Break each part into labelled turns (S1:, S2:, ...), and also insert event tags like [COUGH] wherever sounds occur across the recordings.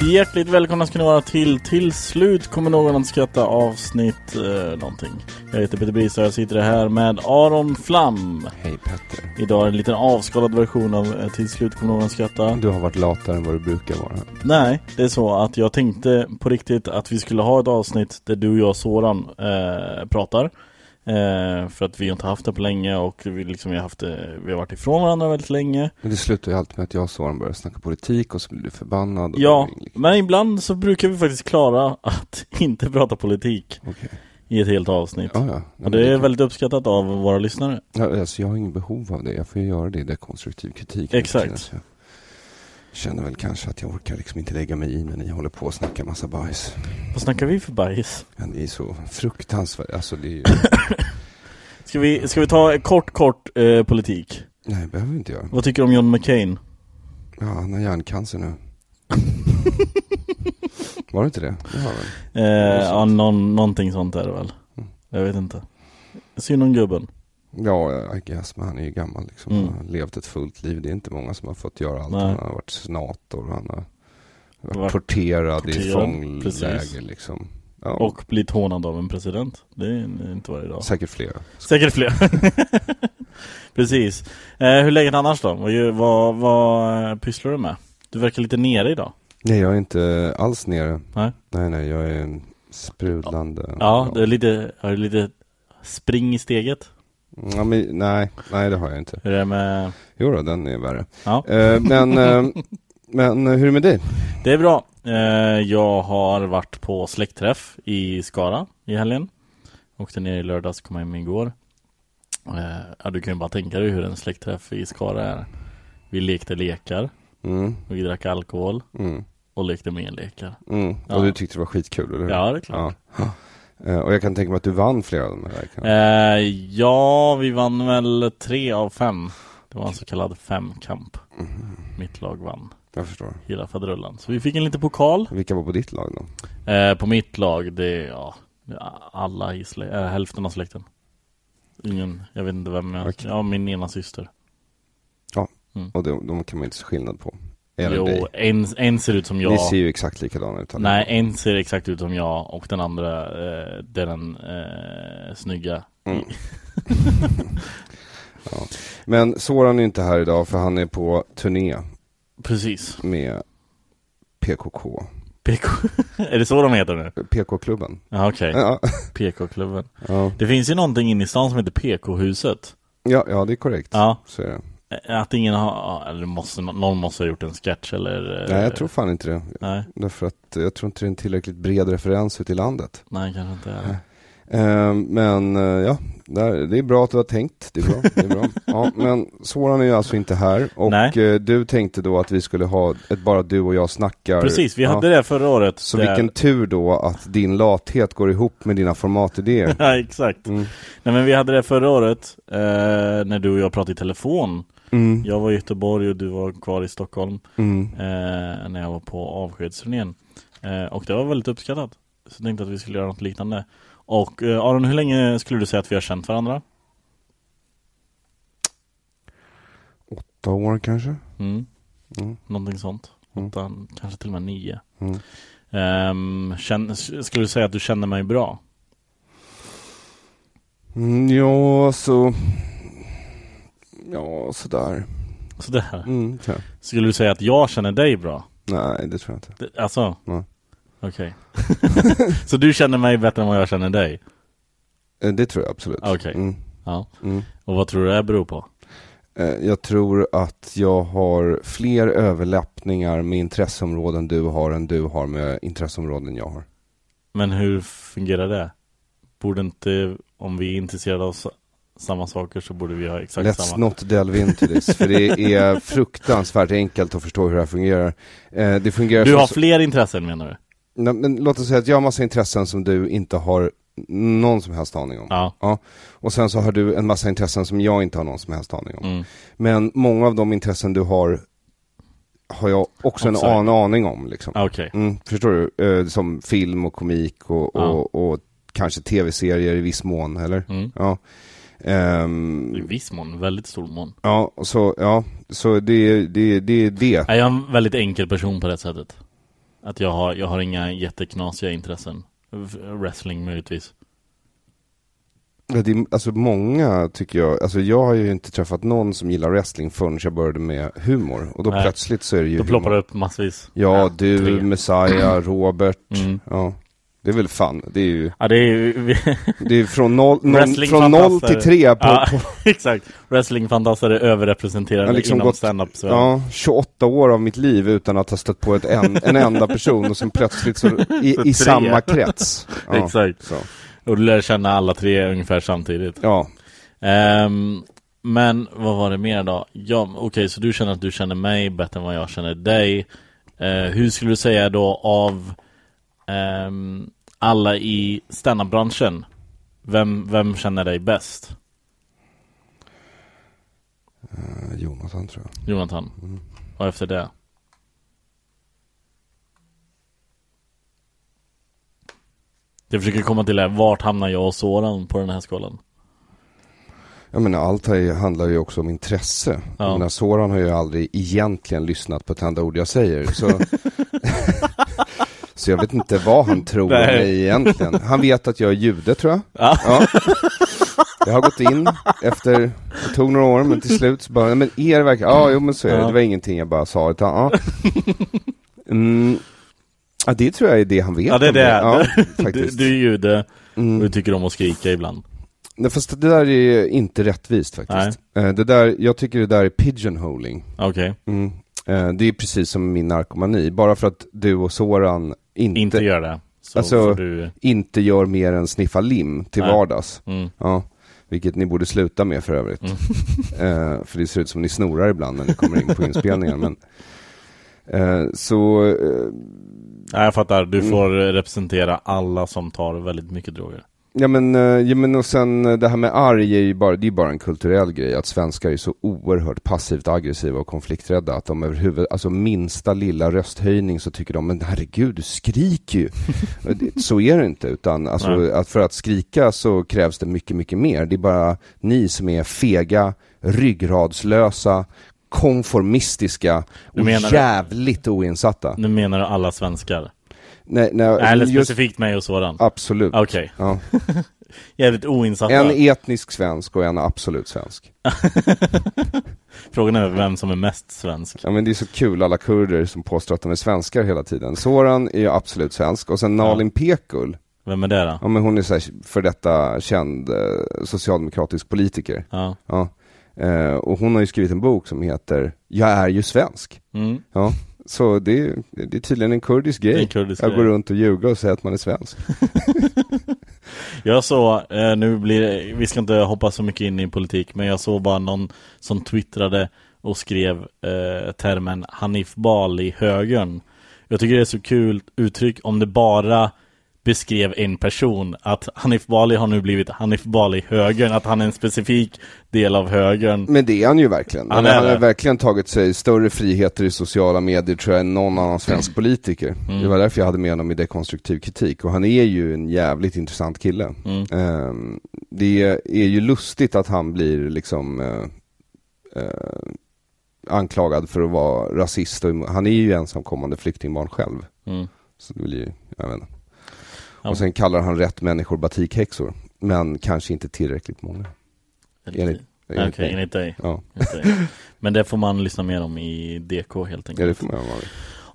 S1: Hjärtligt välkomna ska ni vara till Till slut kommer någon att skratta avsnitt eh, någonting. Jag heter Peter Bisa och jag sitter här med Aron Flam.
S2: Hej Petter.
S1: Idag en liten avskalad version av eh, Till slut kommer någon att skratta.
S2: Du har varit latare än vad du brukar vara.
S1: Nej, det är så att jag tänkte på riktigt att vi skulle ha ett avsnitt där du och jag Soran eh, pratar. Eh, för att vi har inte haft det på länge och vi, liksom, vi, har haft, det- vi har varit ifrån varandra väldigt länge.
S2: Men det slutar ju alltid med att jag och Soran börjar snacka politik och så blir du förbannad. Och
S1: Ja,
S2: Okej.
S1: men ibland så brukar vi faktiskt klara att [LAUGHS] inte prata politik i ett helt avsnitt.
S2: Ja, ja.
S1: Och
S2: Men
S1: det är
S2: kan-
S1: väldigt uppskattat av våra lyssnare.
S2: ja, alltså, jag har ingen behov av det. Jag får ju göra det. Det är konstruktiv kritik.
S1: Exakt.
S2: Jag känner- jag känner väl kanske att jag orkar liksom inte lägga mig i när ni håller på och snackar massa bajs.
S1: Vad snackar vi för bajs?
S2: Men det är så fruktansvärt. Alltså
S1: [COUGHS]
S2: det är ju...
S1: Ska vi, ska vi ta en kort, kort eh, politik?
S2: Nej, det behöver vi inte göra.
S1: Vad tycker du om John McCain? Eh,
S2: Ja, han har
S1: [LAUGHS]
S2: hjärncancer nu. Var det inte det? Det har väl.
S1: Eh, ja, någon, någonting sånt är det väl?
S2: Mm.
S1: Jag vet inte. Synd om gubben.
S2: Ja, I guess, men han är ju gammal liksom.
S1: Mm.
S2: Han har levt ett fullt liv. Det är inte många som har fått göra allt.
S1: Nej.
S2: Han har varit senator, han har varit
S1: Varit
S2: torterad, i
S1: torterad, precis.
S2: fångläger liksom. Ja,
S1: Och blivit hånad av en president. Det är inte varje dag.
S2: säkert flera.
S1: Säkert fler. [LAUGHS] Precis. Eh, hur är läget annars då? Vad, gör- vad, vad eh, pysslar du med? Du verkar lite nere idag.
S2: Nej, jag är inte alls nere.
S1: Nej.
S2: Nej, nej, jag är en sprudlande.
S1: Ja, det är lite, har du lite spring i steget?
S2: Ja, men, nej, nej, det har jag inte.
S1: Hur är det med...
S2: Jo då, den är värre.
S1: Ja.
S2: Eh, men, eh,
S1: [LAUGHS]
S2: men eh, hur är det med dig?
S1: Det är bra. Eh, Jag har varit på släktträff i Skara i helgen. Åkte ner i lördags, kom hem igår. Eh, Ja, du kan ju bara tänka dig hur en släktträff i Skara är. Vi lekte lekar,
S2: Mm,
S1: vi drack alkohol
S2: mm,
S1: och lekte mer lekar.
S2: mm.
S1: Ja.
S2: Och du tyckte det var skitkul, eller hur?
S1: Ja, det är klart.
S2: Ja. Eh, Och jag kan tänka mig att du vann flera av de här verkarna.
S1: Eh, Ja, vi vann väl tre av fem. Det var en så kallad femkamp. Mitt lag vann
S2: Jag förstår.
S1: hela faderullan. Så vi fick en liten pokal.
S2: Vilka var på ditt lag då?
S1: Eh, på mitt lag, det är ja, alla i slä- äh, hälften av släkten. Ingen, jag vet inte vem jag,
S2: Okej.
S1: ja min ena syster.
S2: Och de, de kan man inte se skillnad på. Eller dig.
S1: Jo, en, en ser ut som
S2: Ni
S1: jag.
S2: ser ju exakt likadana ut. allihopa.
S1: Nej, en ser exakt ut som jag och den andra, eh, det är den eh, snygga.
S2: Mm. ja. Men Soran är inte här idag för han är på turné
S1: Precis.
S2: med PKK.
S1: PK. [LAUGHS] är det så de heter nu?
S2: PK-klubben.
S1: Ja, okej.
S2: Ja.
S1: PK-klubben.
S2: Ja.
S1: Det finns ju någonting inne i stan som heter PK-huset.
S2: Ja, ja, det är korrekt.
S1: Ja, eh,
S2: Så är det.
S1: att ingen har, eller måste, någon måste ha gjort en sketch eller... eh,
S2: Nej, jag tror fan inte det.
S1: Nej,
S2: Därför att jag tror inte det är en tillräckligt bred referens ute i landet.
S1: nej kanske inte. är.
S2: Nej. Eh, Men eh, ja, där- det är bra att du har tänkt. Det är bra. Det
S1: [LAUGHS]
S2: är bra. Ja, men Soran är ju alltså inte här. Och
S1: Nej.
S2: eh, du tänkte då att vi skulle ha ett bara du och jag snackar.
S1: Precis, vi
S2: Ja.
S1: hade det förra året.
S2: Så
S1: där.
S2: vilken tur då att din lathet går ihop med
S1: [LAUGHS]
S2: dina formatidéer.
S1: [LAUGHS] Ja, exakt.
S2: Mm.
S1: Nej men vi hade det förra året, eh, när du och jag pratade i telefon.
S2: Mm.
S1: Jag var i Göteborg och du var kvar i Stockholm,
S2: Mm.
S1: eh, när jag var på avskedsturnén. Eh, och det var väldigt uppskattat. Så jag tänkte att vi skulle göra något liknande. Och eh, Aron, hur länge skulle du säga att vi har känt varandra?
S2: Åtta år kanske?
S1: Mm.
S2: Mm.
S1: Någonting sånt.
S2: Mm.
S1: Åtta, kanske till och med nio.
S2: Mm.
S1: Ehm, känn, skulle du säga att du känner mig bra?
S2: Mm, ja, så... Ja, sådär.
S1: Sådär.
S2: Mm, så.
S1: Skulle du säga att jag känner dig bra?
S2: Nej, det tror jag inte.
S1: Det- Alltså?
S2: Nej.
S1: Okej. [LAUGHS] så du känner mig bättre än vad jag känner dig?
S2: Eh, Det tror jag absolut.
S1: Okej.
S2: Mm,
S1: Ja.
S2: mm.
S1: Och vad tror du det beror på?
S2: Eh, Jag tror att jag har fler överlappningar med intresseområden du har än du har med intresseområden jag har.
S1: Men hur fungerar det? Borde inte, om vi är intresserade av s- samma saker så borde vi ha exakt
S2: Let's
S1: samma.
S2: not delve into this, för
S1: [LAUGHS]
S2: det är fruktansvärt enkelt att förstå hur det här fungerar. Eh, Det fungerar
S1: Du
S2: som
S1: har
S2: så-
S1: fler intressen menar du?
S2: Nej, men låt oss säga att jag har massa intressen som du inte har någon som helst aning om.
S1: Ja.
S2: Och sen så har du en massa intressen som jag inte har någon som helst aning om.
S1: Mm.
S2: Men många av de intressen du har, har jag också en
S1: Också.
S2: an aning om liksom.
S1: Ah, Okej.
S2: Mm, förstår du? Eh, som film och komik och,
S1: Ja.
S2: och, och kanske tv-serier i viss mån, eller?
S1: Mm.
S2: Ja. Ehm,
S1: I viss mån, väldigt stor mån.
S2: ja, och så, ja, så det är det. det, är det.
S1: Nej, Jag är en väldigt enkel person på det sättet. Att jag har, jag har inga jätteknasiga intressen. V- Wrestling möjligtvis.
S2: Ja, det är. Alltså många tycker jag, alltså jag har ju inte träffat någon som gillar wrestling förrän jag började med humor. Och då
S1: Nej.
S2: plötsligt så är det ju
S1: Då ploppar det
S2: humor.
S1: upp massvis.
S2: Ja, du,
S1: tre.
S2: Messiah, Robert.
S1: Mm.
S2: Ja. Det är väl fan, det är ju,
S1: Ja, det är ju... [LAUGHS]
S2: det är från noll, noll,
S1: Wrestling
S2: från noll
S1: fantaster.
S2: till tre på,
S1: ja, [LAUGHS] exakt. Wrestling-fantaster är överrepresenterade
S2: Ja, liksom
S1: inom
S2: gått-
S1: standup så.
S2: Ja, 28 år av mitt liv utan att ha stött på ett en, en enda person och sen plötsligt så i,
S1: Så tre.
S2: i
S1: [LAUGHS]
S2: samma krets. Ja,
S1: Exakt.
S2: Så.
S1: Och du lär känna alla tre ungefär samtidigt.
S2: Ja,
S1: Ehm, men vad var det mer då? Ja, Okej, så du känner att du känner mig bättre än vad jag känner dig. Eh, hur skulle du säga då av ehm, alla i standup-branschen? Vem, vem känner dig bäst?
S2: Eh, Jonathan tror jag.
S1: Jonathan?
S2: Mm.
S1: Och efter det? Jag försöker komma till det här, vart hamnar jag och Soran på den här skalan?
S2: Jag menar allt här handlar ju också om intresse.
S1: Ja.
S2: Jag menar Soran har ju aldrig egentligen lyssnat på ett enda ord jag
S1: [LAUGHS]
S2: säger. Så, så jag vet inte vad han tror om
S1: Nej.
S2: mig egentligen. Han vet att jag är jude tror jag.
S1: Ja.
S2: Jag har gått in efter, det tog några år men till slut så bara, nej, men er verkar, ja jo men så är det,
S1: Ja.
S2: det var ingenting jag bara sa utan ja. Mm. Ja det tror jag är det han vet
S1: Ja det är [LAUGHS]
S2: om
S1: det,
S2: mig. Ja,
S1: du,
S2: faktiskt.
S1: du är jude och du
S2: Mm.
S1: tycker om att skrika ibland
S2: Nej, fast det där är inte rättvist faktiskt. Eh, Det där, jag tycker det där är pigeonholing.
S1: Okej,
S2: Mm. Eh, Det är precis som min narkomani, bara för att du och Soran
S1: inte
S2: inte, inte.
S1: gör det Så
S2: Alltså-
S1: får du,
S2: gör mer än sniffa lim till
S1: Nej.
S2: vardags.
S1: mm,
S2: Ja, vilket ni borde sluta med för övrigt.
S1: Mm.
S2: [LAUGHS] Eh, för det ser ut som ni snorar ibland när ni kommer in på inspelningen. Men, eh, så, eh,
S1: Nej, jag fattar, du
S2: Mm.
S1: får representera alla som tar väldigt mycket droger
S2: ja men, eh, ja men och sen eh, det här med arg är ju bara, det är bara en kulturell grej. Att svenskar är så oerhört passivt aggressiva och konflikträdda. Att de överhuvud, alltså minsta lilla rösthöjning så tycker de, men herregud du
S1: [LAUGHS]
S2: skriker ju. Och det- så är det inte. Utan alltså,
S1: Nej.
S2: att för att skrika så krävs det mycket, mycket mer. Det är bara ni som är fega, ryggradslösa, konformistiska
S1: Du
S2: och
S1: menar-
S2: jävligt oinsatta.
S1: Nu menar du alla svenskar?
S2: Nej, nej,
S1: Eller
S2: Alltså, just,
S1: specifikt mig och Soran?
S2: absolut.
S1: Okej,
S2: Ja.
S1: jävligt oinsatta
S2: En etnisk svensk och en absolut svensk.
S1: Frågan är vem som är mest svensk
S2: Ja men det är så kul alla kurder som påstår att de är svenskar hela tiden. Soran är ju absolut svensk och sen Nalin Pekul,
S1: Vem är det då?
S2: ja men hon är så här för detta känd eh, socialdemokratisk politiker.
S1: Ja,
S2: Ja. Eh, och hon har ju skrivit en bok som heter Jag är ju svensk.
S1: mm.
S2: Ja. Så det är, det är tydligen en kurdisk
S1: Det är en
S2: grej.
S1: kurdisk
S2: Jag
S1: grej.
S2: går runt och ljuger och säger att man är svensk.
S1: Jag såg, eh, nu blir det- vi ska inte hoppa så mycket in i politik Men jag såg bara någon som twittrade och skrev eh, termen Hanif Bali högern Jag tycker det är så kul uttryck om det bara beskrev en person att Hanif Bali har nu blivit Hanif Bali-högern, att han är en specifik del av högern.
S2: Men det är han ju verkligen.
S1: Han
S2: Han,
S1: är
S2: han har
S1: det.
S2: verkligen tagit sig större friheter i sociala medier tror jag än någon annan svensk
S1: Mm.
S2: politiker. Det var därför jag hade med honom i dekonstruktiv kritik och han är ju en jävligt intressant kille.
S1: Mm,
S2: Ehm, det är ju lustigt att han blir liksom eh, eh, anklagad för att vara rasist och emo- han är ju ensamkommande flyktingbarn själv.
S1: Mm.
S2: Så det blir ju, jag vet inte.
S1: Ja.
S2: Och sen kallar han rätt människor batikhäxor, men kanske inte tillräckligt många. Enligt-
S1: Okej,
S2: enligt mig.
S1: enligt dig.
S2: Ja,
S1: Enligt dig. Men det får man lyssna mer om i DK helt
S2: ja det
S1: enkelt.
S2: får man vara.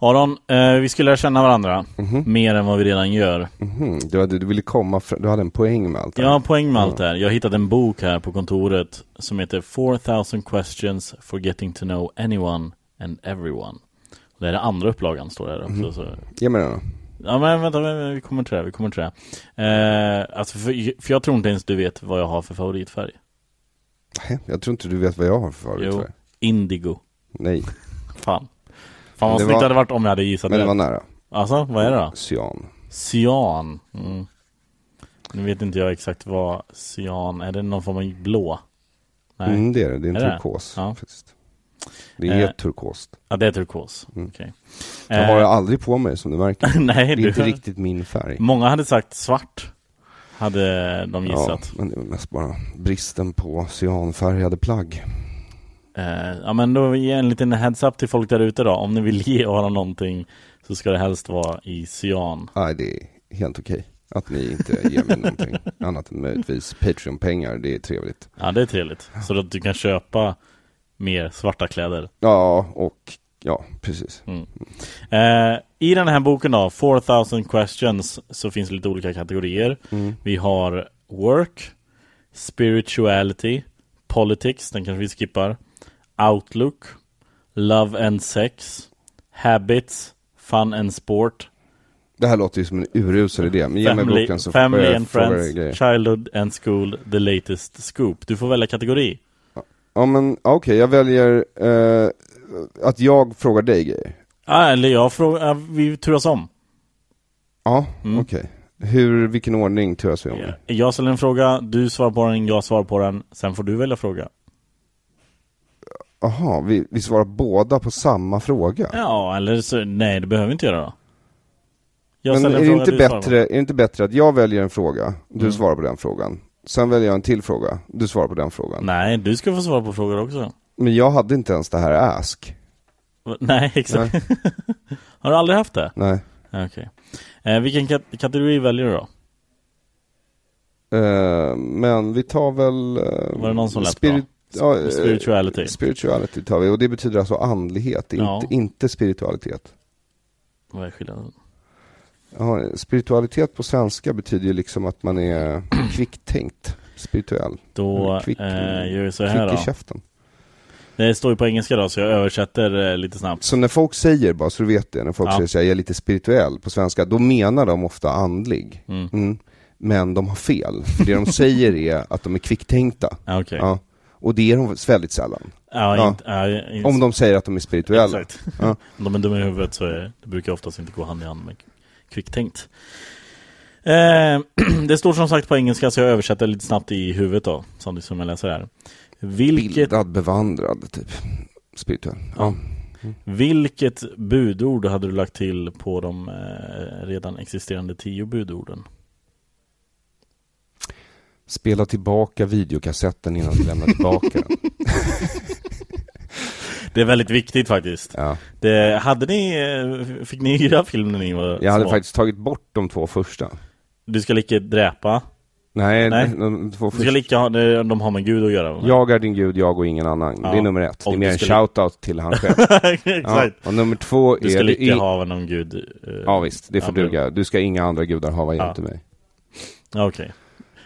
S1: Aron, eh, vi skulle lära känna varandra
S2: Mhm.
S1: mer än vad vi redan gör.
S2: Mhm, du, hade, du ville komma fram, du hade en poäng med allt det
S1: Jag har
S2: här.
S1: poäng med allt det här. Jag har hittat en bok här på kontoret som heter 4000 questions for getting to know anyone and everyone. Det är den andra upplagan står det här också.
S2: Mhm.
S1: Så.
S2: Ge mig den då.
S1: Ja men vänta, vänta, vi kommer till det, här, vi kommer till det. här. Eh, alltså för, för jag tror inte ens du vet vad jag har för favoritfärg.
S2: Nej, Jag tror inte du vet vad jag har för
S1: Jo,
S2: favoritfärg.
S1: indigo.
S2: Nej,
S1: Fan. Fan vad
S2: Det
S1: snyggt
S2: var-
S1: det hade varit om jag hade gissat
S2: men det
S1: rätt.
S2: var nära.
S1: Alltså, vad är det då?
S2: Cyan.
S1: Cyan. Mm. Nu vet inte jag exakt vad cyan, är det någon form av blå? Nej.
S2: Mm, det är det, det är en
S1: Är det?
S2: turkos.
S1: Ja.
S2: Faktiskt. Det är
S1: Eh.
S2: turkost.
S1: Ja det är turkos,
S2: Mm.
S1: okej Eh,
S2: Jag har det aldrig på mig som
S1: [LAUGHS]
S2: du märker. Det
S1: Nej
S2: är
S1: du,
S2: inte riktigt min färg.
S1: många hade sagt svart Hade de gissat
S2: Ja, men det är väl mest bara bristen på cyanfärgade plagg.
S1: ja. Eh, ja men då ger jag en liten heads up till folk där ute då Om ni vill [LAUGHS] ge Ara någonting Så ska det helst vara i cyan
S2: Nej, det är helt okej. Att ni inte ger
S1: [LAUGHS]
S2: mig någonting annat än möjligtvis Patreon-pengar, det är trevligt.
S1: Ja det är trevligt Så att du kan köpa mer svarta kläder
S2: Ja, och ja, precis.
S1: Eh, I den här boken då, 4000 questions, så finns det lite olika kategorier.
S2: Mm.
S1: Vi har work, spirituality, politics, den kanske vi skippar, outlook, love and sex, habits, fun and sport,
S2: Det här låter ju som en urusel idé, men ge mig
S1: family,
S2: boken så får
S1: family
S2: jag
S1: and
S2: fråga dig
S1: friends,
S2: grejer.
S1: childhood and school, the latest scoop. Du får välja kategori.
S2: Ja men ja, okej, jag väljer eh, att jag frågar dig grejer.
S1: Ah, eller jag frågar, eh, vi turas om.
S2: Ja,
S1: Mm.
S2: okej. Hur, vilken ordning turas vi om? i?
S1: Jag ställer en fråga, du svarar på den, jag svarar på den, sen får du välja fråga.
S2: Jaha, vi, vi svarar båda på samma fråga?
S1: Ja, eller så, nej det behöver vi inte göra då. Jag
S2: men
S1: ställer en
S2: är det,
S1: fråga,
S2: inte
S1: du svarar på Mm.
S2: bättre, är det inte bättre att jag väljer en fråga, du svarar på den frågan. Sen väljer jag en till fråga, du svarar på den frågan.
S1: den. Nej, du ska få svara på frågor också.
S2: Men jag hade inte ens det här ask.
S1: Va- Nej, [LAUGHS] exakt. Har du aldrig haft det?
S2: Nej.
S1: Okej. Eh, vilken kat- kategori väljer du då?
S2: Eh, men vi tar väl... eh,
S1: Var det någon som lät
S2: spirit- ja, eh,
S1: Spirituality.
S2: Spirituality tar vi, och det betyder alltså andlighet, inte,
S1: Ja.
S2: inte spiritualitet.
S1: Vad är skillnaden?
S2: Ja, spiritualitet på svenska betyder ju liksom att
S1: [CLEARS THROAT]
S2: man är kvicktänkt, spirituell,
S1: Då
S2: Kvick-
S1: eh, gör vi så här
S2: kvick i
S1: då.
S2: käften.
S1: Det står ju på engelska då, så jag översätter eh, lite snabbt.
S2: Så när folk säger, bara så du vet det, när folk
S1: Ja.
S2: säger så här, jag är lite spirituell på svenska, då menar de ofta andlig.
S1: Mm.
S2: Mm. Men de har fel,
S1: [LAUGHS]
S2: för det de säger är att de är kvicktänkta.
S1: Ah, Okej.
S2: Ja. Och det är de väldigt sällan.
S1: Ja,
S2: Ja.
S1: inte- ja, inte-
S2: Om de säger att de är spirituella.
S1: Exakt.
S2: Ja.
S1: Om de är dumma i huvudet så är, det brukar oftast inte gå hand i hand med kvicktänkt. Eh, [CLEARS THROAT] det står som sagt på engelska så jag översätter lite snabbt i huvudet då, samtidigt som jag läser här. Vilket,
S2: Bildad, bevandrad, typ. Spirituell. Ja.
S1: vilket budord hade du lagt till på de eh, redan existerande tio budorden?
S2: Spela tillbaka videokassetten innan du lämnar tillbaka
S1: [LAUGHS]
S2: den.
S1: Det är väldigt viktigt faktiskt.
S2: Ja.
S1: Det, hade ni, eh, fick ni hyra filmen när ni var
S2: Jag hade
S1: små?
S2: faktiskt tagit bort de två första.
S1: Du ska lika dräpa,
S2: Nej,
S1: Nej.
S2: de- de två
S1: du ska
S2: första.
S1: lika ha, det- de har med Gud att göra.
S2: Jag är din gud, jag och ingen annan. Det
S1: Ja.
S2: är nummer ett. Det
S1: Och
S2: är mer
S1: du
S2: en
S1: ska li-
S2: shoutout till han
S1: [LAUGHS]
S2: själv. ja.
S1: [LAUGHS] Exakt.
S2: Och nummer två
S1: Du ska
S2: är...
S1: lika
S2: i-
S1: haven om Gud. eh,
S2: Ja visst, det får
S1: Ja, men-
S2: duga. Du ska inga andra gudar hava
S1: Ja.
S2: jämte mig.
S1: Ja, Okej.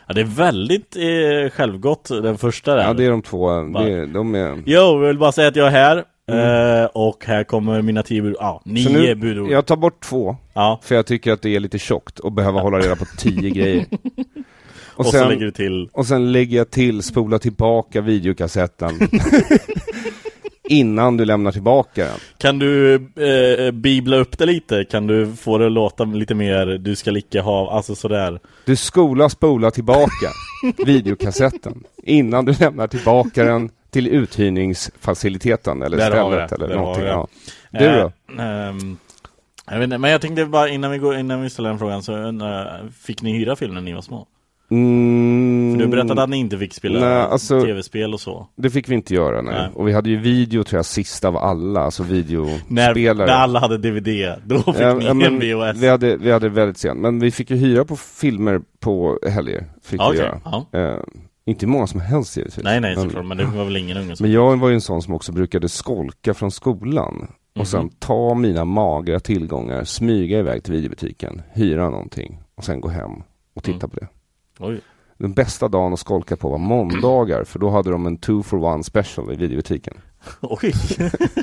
S1: Ja, det är väldigt eh, självgott den första där.
S2: Ja, det är de två.
S1: Va?
S2: Det är, de är...
S1: Jo, jag vill bara säga att jag är här. Eh, och här kommer mina tio budord. Ja, nio
S2: Mm. Så nu,
S1: budord.
S2: jag tar bort två,
S1: Ja.
S2: för jag tycker att det är lite tjockt att behöva hålla reda på
S1: [LAUGHS]
S2: tio grejer.
S1: Och,
S2: Och
S1: så lägger
S2: sen,
S1: du till. [LAUGHS]
S2: och sen lägger jag till, spola tillbaka videokassetten. innan du lämnar tillbaka den.
S1: Kan du eh, bibla upp det lite? Kan du få det att låta lite mer du ska licka hav, alltså sådär?
S2: Du skola spola tillbaka videokassetten innan du lämnar tillbaka den till uthyrningsfaciliteten eller
S1: Där har vi
S2: stället
S1: det.
S2: eller
S1: Där har
S2: någonting.
S1: vi det.
S2: Ja. Du då?
S1: Eh, ehm, jag vet inte, men jag tänkte bara innan vi, går, innan vi ställer den frågan så undrar jag, fick ni hyra film när ni var små?
S2: Mm,
S1: För du berättade att ni inte fick spela
S2: Nej, alltså-
S1: tv-spel och så.
S2: Mm, Det fick vi inte göra, nej.
S1: Nej.
S2: Och vi hade ju video, tror jag, sist av alla, alltså
S1: När,
S2: videospelare.
S1: när alla hade DVD, då fick
S2: Ja,
S1: ni
S2: ja, men
S1: en VHS.
S2: Vi hade, vi hade väldigt sent, men vi fick ju hyra på filmer på helger. Fick
S1: Ja,
S2: vi
S1: okej.
S2: göra.
S1: ja.
S2: Eh, inte hur många som helst givetvis.
S1: Nej, nej
S2: men,
S1: såklart, men det var väl ingen unge som...
S2: men jag var ju en sån som också brukade skolka från skolan
S1: Mhm.
S2: och sen ta mina magra tillgångar, smyga iväg till videobutiken, hyra någonting och sen gå hem och titta
S1: Mm.
S2: på det.
S1: Oj. [LAUGHS]
S2: Den bästa dagen att skolka på var måndagar, för då hade de en two for one special i videobutiken.
S1: Oj. [LAUGHS]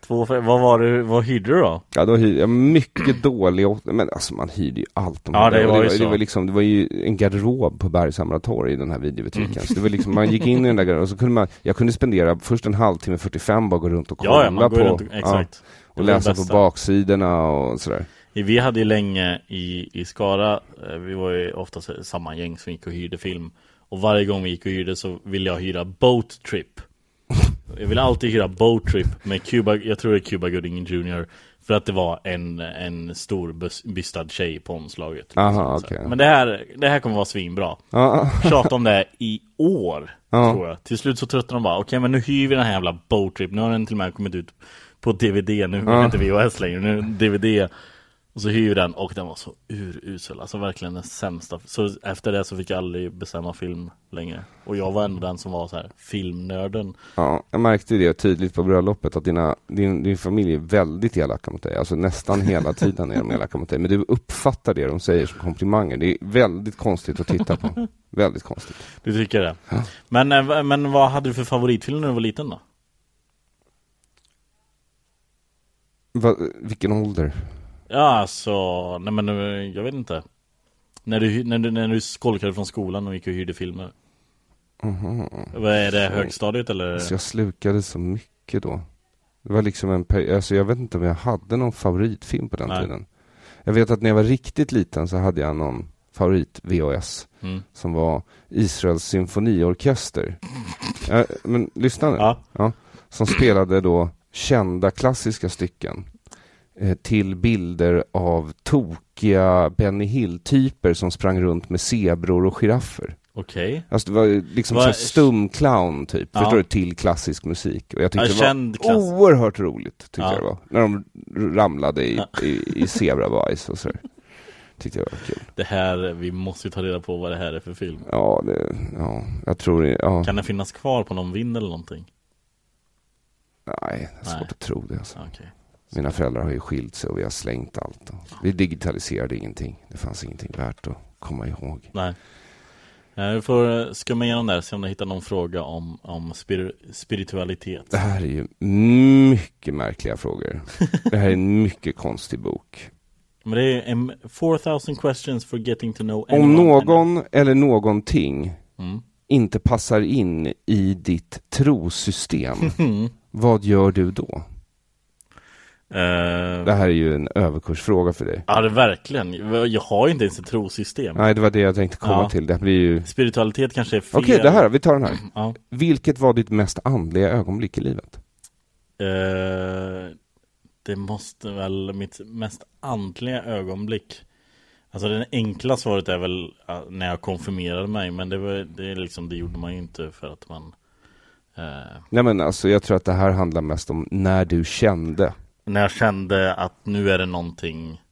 S1: Två, för- vad var det, vad hyrde du då?
S2: Ja, då hyrde jag mycket [CLEARS THROAT] dålig, åt- men alltså man hyrde ju allt de
S1: Ja,
S2: hade.
S1: det
S2: Och
S1: var ju
S2: det,
S1: så.
S2: var liksom, det var ju en garderob på Bergshamra torg i den här videobutiken.
S1: Mm.
S2: Så det var liksom, man gick in i den där garderoben och så kunde man, jag kunde spendera först en halvtimme, 45 bara gå runt och kolla
S1: Ja, ja, man går
S2: på,
S1: runt och, exakt.
S2: ja,
S1: Det
S2: och
S1: var det
S2: läsa på
S1: bästa.
S2: baksidorna och sådär.
S1: Vi hade ju länge i, i Skara, eh, vi var ju oftast samma gäng som gick och hyrde film Och varje gång vi gick och hyrde så ville jag hyra Boat Trip Jag ville alltid hyra Boat Trip med Cuba, jag tror det är Cuba Gooding Jr För att det var en, en stor bus- bystad tjej på omslaget
S2: Aha,
S1: Så här.
S2: okej.
S1: Men det här, det här kommer vara svinbra
S2: Ja,
S1: Tjata om det i år,
S2: Ja.
S1: tror jag Till slut så tröttnade de bara, okej men nu hyr vi den här jävla Boat Trip Nu har den till och med kommit ut på DVD, nu är det inte VHS längre, nu är det DVD och så hyr vi den och den var så urusel, alltså verkligen den sämsta Så efter det så fick jag aldrig bestämma film längre Och jag var ändå den som var så här filmnörden
S2: ja, jag märkte ju det tydligt på bröllopet att dina, din, din familj är väldigt elaka mot dig. Alltså nästan hela tiden är de elaka mot dig. Men du uppfattar det de säger som komplimanger. Det är väldigt konstigt att
S1: [LAUGHS]
S2: titta på. väldigt konstigt.
S1: Du tycker det? Men, eh, v- men vad hade du för favoritfilm när du var liten då?
S2: Va, vilken ålder?
S1: Ja alltså, nej men eh, jag vet inte när du, hy- när, du, när du skolkade från skolan och gick och hyrde filmer? Vad är det, högstadiet eller?
S2: Mhm. Så jag slukade så mycket då. Det var liksom en peri- alltså jag vet inte om jag hade någon favoritfilm på den
S1: Nej.
S2: tiden. Jag vet att när jag var riktigt liten så hade jag någon favorit VHS
S1: Mm.
S2: som var Israels symfoniorkester. ja, men lyssna nu.
S1: Ja.
S2: Som spelade då kända klassiska stycken eh, till bilder av tokiga Benny Hill-typer som sprang runt med zebror och giraffer.
S1: Okej
S2: Alltså det var ju liksom
S1: Vad-
S2: så här stum clown typ,
S1: Ja.
S2: förstår du, till klassisk musik. Och jag tyckte
S1: Ja,
S2: det var
S1: känd klass-
S2: Oh. oerhört roligt, tyckte
S1: Ja.
S2: jag det var. När de r- ramlade i,
S1: Ja.
S2: i, i zebrabajs och sådär. Tyckte jag var kul.
S1: Det här, vi måste ju ta reda på vad det här är för film
S2: Ja, det, ja, jag tror det, ja,
S1: Kan den finnas kvar på någon vind eller någonting?
S2: nej, det är svårt
S1: Nej.
S2: att tro det alltså.
S1: Okej
S2: Mina föräldrar har ju skilt sig och vi har slängt allt. Och vi digitaliserade ingenting, det fanns ingenting värt att komma ihåg.
S1: Nej Eh, Vi får eh, skumma igenom där, se om jag hittar någon fråga om, om spir- spiritualitet
S2: Det här är ju mycket
S1: [LAUGHS]
S2: märkliga frågor. Det här är en mycket konstig bok.
S1: Men det är en 4000 questions for getting to know
S2: Om
S1: anyone and-
S2: någon eller någonting
S1: Mm.
S2: inte passar in i ditt trosystem,
S1: Hmm.
S2: vad gör du då?
S1: Eh,
S2: Det här är ju en överkursfråga för dig.
S1: Ja det verkligen, jag har ju inte ens ett trosystem
S2: Nej, det var det jag tänkte komma
S1: Ja.
S2: till. Det här blir ju...
S1: Spiritualitet kanske är fel
S2: Okej, det här, vi tar den här.
S1: ja.
S2: Vilket var ditt mest andliga ögonblick i livet?
S1: Eh, Det måste väl mitt mest andliga ögonblick Alltså det enkla svaret är väl eh, när jag konfirmerade mig Men det, var, det, är liksom, det gjorde man ju inte för att man eh,
S2: Nej men alltså, jag tror att det här handlar mest om när du kände
S1: När jag kände att nu är det någonting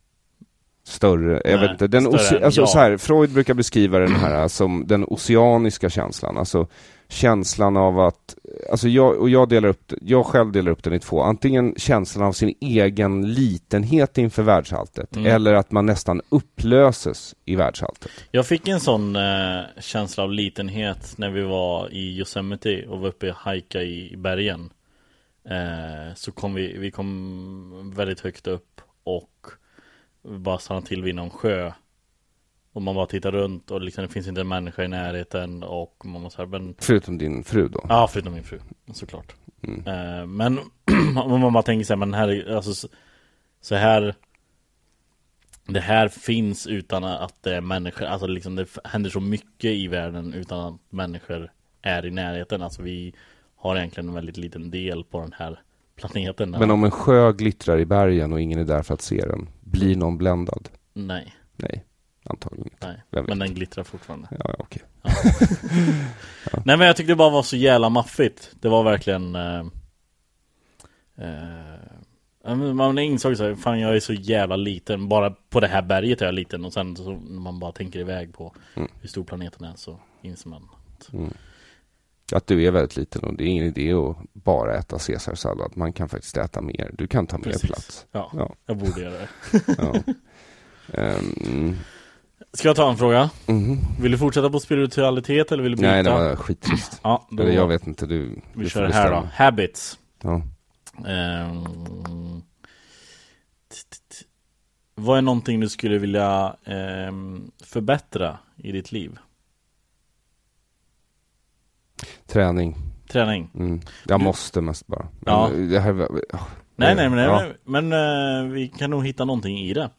S2: större, jag
S1: Nej,
S2: vet inte, den
S1: större
S2: oce-
S1: än
S2: alltså,
S1: jag.
S2: så här, Freud brukar beskriva den här som den oceaniska känslan, alltså känslan av att, alltså jag, och jag delar upp, det- jag själv delar upp den i två, antingen känslan av sin egen litenhet inför världsalltet,
S1: Mm.
S2: eller att man nästan upplöses i världsalltet.
S1: Jag fick en sån eh, känsla av litenhet när vi var i Yosemite och var uppe och hajka i, i bergen. Eh, så kom vi, vi kom väldigt högt upp och vi bara stannade till vid någon sjö. Och man bara tittar runt och liksom, det finns inte en människa i närheten och man var så här, men
S2: Förutom din fru då.
S1: Ja, förutom min fru såklart.
S2: Mm.
S1: Eh, men [CLEARS THROAT] om man bara tänker så här, men här, är- alltså, så- så här Det här finns utan att det är människor, alltså liksom det f- händer så mycket i världen utan att människor är i närheten Alltså vi har egentligen en väldigt liten del på den här planeten
S2: Men om en sjö glittrar i bergen och ingen är där för att se den, blir någon bländad?
S1: Nej,
S2: Nej, antagligen inte.
S1: nej,
S2: Vem vet?
S1: men den glittrar fortfarande
S2: Ja, ja, okej.
S1: Nej men jag tyckte det bara var så jävla maffigt Det var verkligen eh, eh, ja, men Man insåg så här, fan jag är så jävla liten Bara på det här berget är jag liten Och sen så, när man bara tänker iväg på
S2: Mm.
S1: hur stor planeten är så inser man att,
S2: Att du är väldigt liten och det är ingen idé att bara äta caesarsallad. Man kan faktiskt äta mer. Du kan ta mer
S1: Precis.
S2: plats.
S1: ja,
S2: Ja.
S1: jag borde göra det
S2: ja. Ehm,
S1: Ska jag ta en fråga?
S2: mhm.
S1: Vill du fortsätta på spiritualitet eller vill du byta?
S2: Nej, det var skittrist.
S1: Ja, då,
S2: Eller jag vet inte, du,
S1: vi
S2: du
S1: kör här då Habits
S2: Ja.
S1: Ehm, t- t- t- Vad är någonting du skulle vilja ehm, förbättra i ditt liv?
S2: Träning.
S1: Träning?
S2: Mm. Jag
S1: Du-
S2: måste mest bara. Men
S1: Ja.
S2: det här var... ah,
S1: Nej,
S2: det-
S1: nej, men,
S2: ja.
S1: men eh, vi kan nog hitta någonting i det.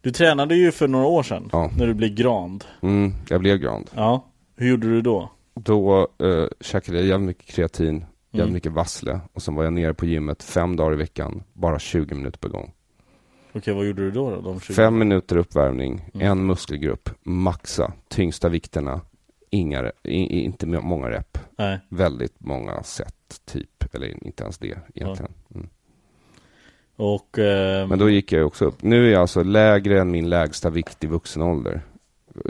S1: Du tränade ju för några år sedan,
S2: Ja.
S1: när du blev grand.
S2: Mm, jag blev grand.
S1: Ja. Hur gjorde du då?
S2: Då eh, käkade jag jävligt mycket kreatin, jävligt
S1: Mm.
S2: mycket vassle och sen var jag nere på gymmet fem dagar i veckan, bara 20 minuter per gång.
S1: Okej, vad gjorde du då? då de 20?
S2: Fem minuter uppvärmning,
S1: Mm.
S2: en muskelgrupp, maxa, tyngsta vikterna, inga, re- i, i- inte m- många rep.
S1: Nej.
S2: Väldigt många set, typ, eller inte ens det egentligen. Mm.
S1: Och... ehm,
S2: Men då gick jag ju också upp. Nu är jag alltså lägre än min lägsta vikt i vuxen ålder,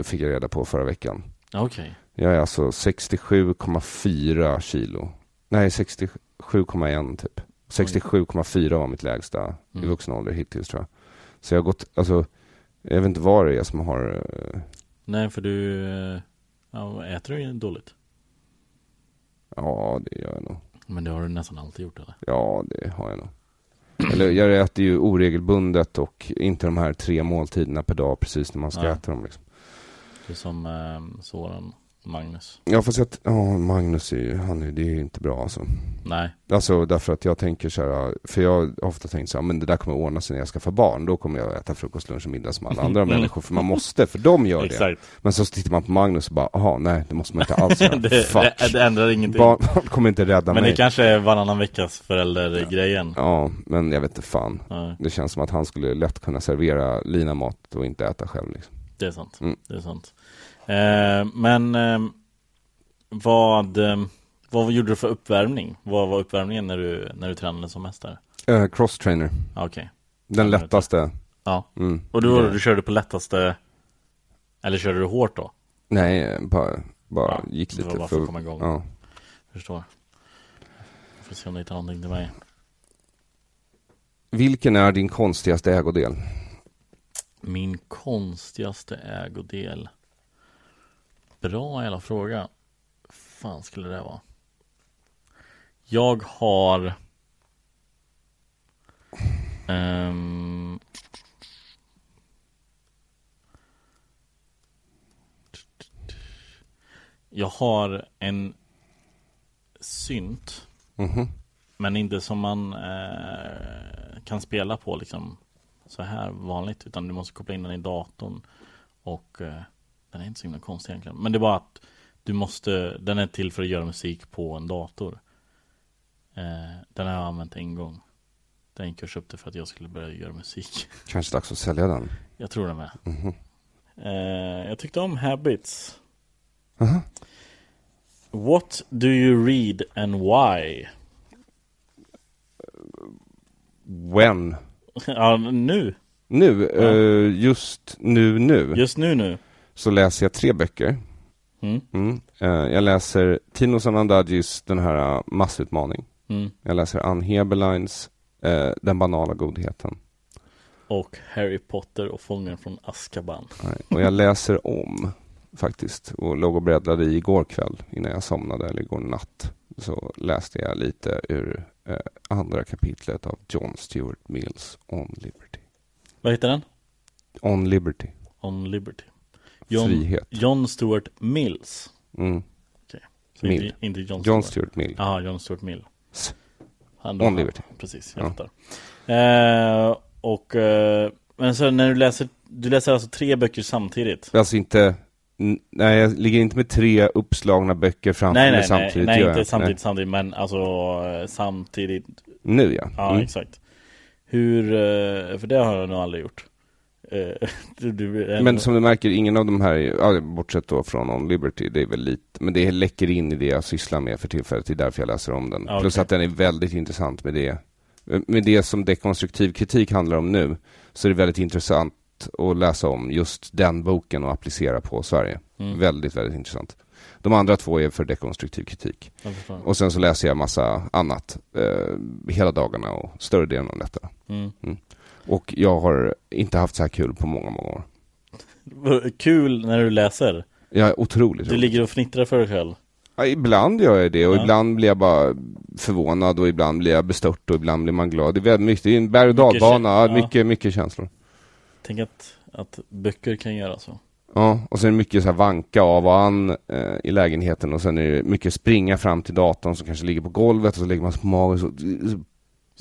S2: fick jag reda på förra veckan.
S1: Okej.
S2: Jag är alltså 67,4 kilo. Nej, 67,1 typ. 67,4 var mitt lägsta i
S1: Mm.
S2: vuxen ålder hittills tror jag. Så jag har gått, alltså, jag vet inte vad det är som har, eh,
S1: Nej, för du... eh, Ja, äter du dåligt?
S2: ja det gör jag nog.
S1: Men det har du nästan alltid gjort, eller?
S2: Ja, det har jag nog. Eller jag äter ju oregelbundet och inte de här tre måltiderna per dag precis när man ska
S1: Nej.
S2: äta dem. Liksom.
S1: Det är som eh, Soran Magnus.
S2: Ja, fast jag, t- ja, Magnus är ju, han är, det är ju inte bra alltså.
S1: Nej.
S2: Alltså därför att jag tänker så här, för jag har ofta tänkt så här, men det där kommer ordna sig när jag skaffar barn. Då kommer jag äta frukost, lunch och middag
S1: [LAUGHS]
S2: som alla andra
S1: Mm.
S2: människor, för man måste, för de gör det.
S1: Exakt.
S2: Men så tittar man på Magnus och bara, aha, nej, det måste man inte
S1: [LAUGHS]
S2: alls göra.
S1: Det, det,
S2: Fuck.
S1: det ändrar ingenting.
S2: barn, [LAUGHS] barn kommer inte rädda
S1: men det
S2: mig.
S1: kanske är varannan veckas förälder-grejen.
S2: Ja, men jag vet inte fan.
S1: Ja,
S2: Det känns som att han skulle lätt kunna servera Lina mat och inte äta själv. Liksom.
S1: det är sant.
S2: Mm.
S1: Det är sant. Eh, men eh, vad, eh, vad gjorde du för uppvärmning? Vad var uppvärmningen när du, när du tränade som mest där?
S2: Eh, cross trainer,
S1: Ja, Okej.
S2: den
S1: Ja,
S2: lättaste.
S1: Ja.
S2: Mm.
S1: Och då, du körde på lättaste eller körde du hårt då?
S2: Nej, bara, bara
S1: Ja,
S2: gick
S1: det var
S2: lite.
S1: bara för att komma igång.
S2: Ja.
S1: Förstår. Jag får se om du hittar någonting till mig.
S2: Vilken är din konstigaste ägodel?
S1: Min konstigaste ägodel Bra jävla fråga fan skulle det vara? Jag har ehm, Jag har en synt
S2: Mhm.
S1: men inte som man eh, kan spela på liksom så här vanligt utan du måste koppla in den i datorn och eh, den är inte så himla konstig egentligen. Men det är bara att du måste, den är till för att göra musik på en dator. Eh, den har jag använt en gång. Den gick jag och köpte för att jag skulle börja göra musik. [LAUGHS]
S2: Kanske dags att sälja den.
S1: Jag tror det med. Eh, jag tyckte om Habits.
S2: Aha.
S1: What do you read and why? [LAUGHS]
S2: When?
S1: ja, nu.
S2: Nu, eh, just nu, nu,
S1: Just nu nu.
S2: så läser jag tre böcker.
S1: Mm.
S2: Mm. Eh, jag läser Tino Sanandajis den här eh, massutmaning.
S1: Mm.
S2: Jag läser Ann Heberleins eh, Den banala godheten.
S1: Och Harry Potter och fången från Azkaban.
S2: Nej. Och jag läser om, faktiskt, och låg och bläddrade i igår kväll innan jag somnade, eller igår natt. Så läste jag lite ur eh, andra kapitlet av John Stuart Mills On Liberty.
S1: Vad heter den?
S2: On Liberty.
S1: On Liberty. John,
S2: Frihet.
S1: John Stuart Mills.
S2: Mm.
S1: Så
S2: Mill.
S1: Inte, inte John Stewart.
S2: John Stuart Mill.
S1: Ja, John Stuart Mill. Han-
S2: Om Liberty.
S1: Precis,
S2: Ja.
S1: jag fattar. Eh, och, eh, men så när du läser, du läser alltså tre böcker samtidigt?
S2: Alltså inte, n- nej jag ligger inte med tre uppslagna böcker framför
S1: Nej,
S2: mig
S1: nej,
S2: samtidigt.
S1: nej, nej
S2: gör
S1: inte
S2: jag.
S1: samtidigt, samtidigt, men alltså eh, samtidigt
S2: Nej. Nu ja.
S1: Ja,
S2: Mm.
S1: exakt. Hur, eh, för det har jag nog aldrig gjort. Eh, [LAUGHS] du, du, en-
S2: Men som du märker, ingen av de här, är- ja, bortsett då från On Liberty, det är väl lite, men det läcker in i det jag sysslar med för tillfället, det är därför jag läser om den.
S1: Ja, okej.
S2: Plus att den är väldigt intressant med det, med det som dekonstruktiv kritik handlar om nu, så är det väldigt intressant att läsa om just den boken och applicera på Sverige.
S1: Mm.
S2: Väldigt, väldigt intressant. De andra två är för dekonstruktiv kritik.
S1: jag förstår.
S2: Och sen så läser jag massa annat eh, hela dagarna och större delen av detta.
S1: Mm.
S2: Och jag har inte haft så här kul på många, många år.
S1: Vad Kul när du läser.
S2: Jag är otroligt
S1: Du
S2: rolig.
S1: ligger och fnittrar för dig själv.
S2: ja, Ibland gör jag det och
S1: Ja.
S2: ibland blir jag bara förvånad och ibland blir jag bestört och ibland blir man glad. Det är väldigt mycket, det är en berg och
S1: Mycket
S2: dalbana,
S1: kä-
S2: ja.
S1: ja.
S2: mycket, mycket känslor.
S1: Tänk att, att böcker kan göra så.
S2: Ja, och sen är det mycket så här vanka av och an eh, i lägenheten och sen är det mycket springa fram till datorn som kanske ligger på golvet och så lägger man sig på magen och så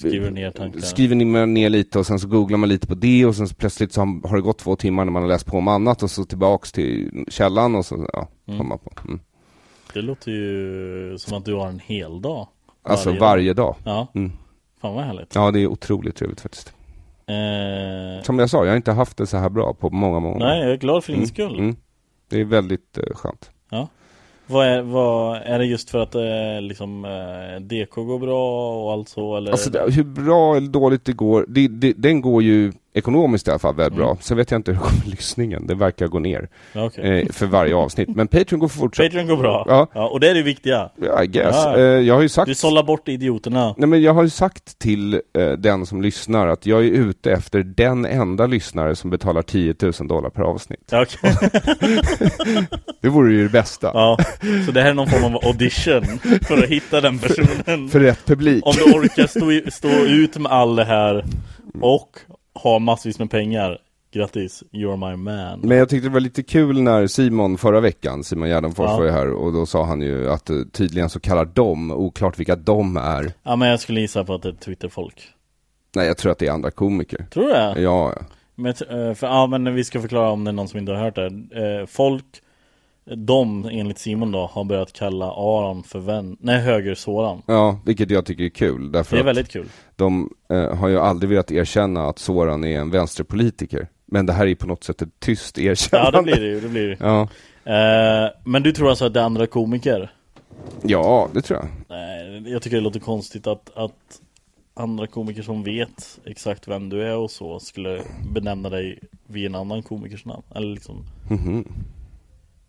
S1: Skriver ner tankar.
S2: Skriver ni med- ner lite och sen så googlar man lite på det och sen så plötsligt så har har det gått två timmar när man har läst på om annat och så tillbaks till källan och så, ja,
S1: Mm.
S2: kommer man på. Mm.
S1: Det låter ju som att du har en hel dag.
S2: Alltså
S1: Varje
S2: varje,
S1: dag.
S2: dag.
S1: Ja,
S2: Mm.
S1: fan vad härligt.
S2: Ja, det är otroligt trevligt faktiskt.
S1: Eh,
S2: Som jag sa, jag har inte haft det så här bra på många, många år.
S1: nej, jag är glad för din
S2: Mm,
S1: skull.
S2: mm. Det är väldigt eh, skönt.
S1: Vad, är, vad är det just för att eh, liksom, eh, DK går bra och allt så? Eller?
S2: Alltså det, hur bra eller dåligt det går, det, det, den går ju ekonomiskt i alla fall väldigt
S1: Mm.
S2: bra. Sen vet jag inte hur det går med lyssningen, det verkar gå ner
S1: ja, okej.
S2: eh, för varje avsnitt. Men Patreon går fortsatt.
S1: Patreon går bra.
S2: Ja.
S1: Ja, och det är det viktiga.
S2: Ja, I guess.
S1: Ja.
S2: Eh, jag har ju sagt...
S1: Du sållar bort idioterna.
S2: Nej, men jag har ju sagt till eh, den som lyssnar att jag är ute efter den enda lyssnare som betalar 10 000 dollar per avsnitt.
S1: Ja, okej.
S2: Det vore ju det bästa.
S1: ja. [LAUGHS] Så det här är någon form av audition för att hitta den personen.
S2: För rätt publik.
S1: Om du orkar stå, i- stå ut med all det här och ha massvis med pengar. Grattis, you're my man.
S2: Men jag tyckte det var lite kul när Simon förra veckan, Simon Gärdenfors
S1: Ja.
S2: var ju här och då sa han ju att eh, tydligen så kallar de, oklart vilka de är.
S1: Ja, men jag skulle gissa på att det är Twitterfolk.
S2: Nej, jag tror att det är andra komiker.
S1: Tror du det?
S2: Ja, ja.
S1: Men, t- eh, för, ja, men vi ska förklara om det är någon som inte har hört det. Eh, Folk, de enligt Simon då, har börjat kalla Aron för vän, nej höger-Soran.
S2: ja, vilket jag tycker är kul. Därför
S1: Det är
S2: att
S1: väldigt kul.
S2: de eh, har ju aldrig velat erkänna att Soran är en vänsterpolitiker. Men det här är ju på något sätt ett tyst
S1: Ja
S2: erkännande.
S1: det blir det ju, det blir det ju.
S2: Ja.
S1: Eh, men du tror alltså att det är andra komiker?
S2: Ja, det tror jag.
S1: Nej, jag tycker det låter konstigt att, att andra komiker som vet exakt vem du är och så skulle benämna dig vid en annan komikers namn. Eller liksom,
S2: Mhm.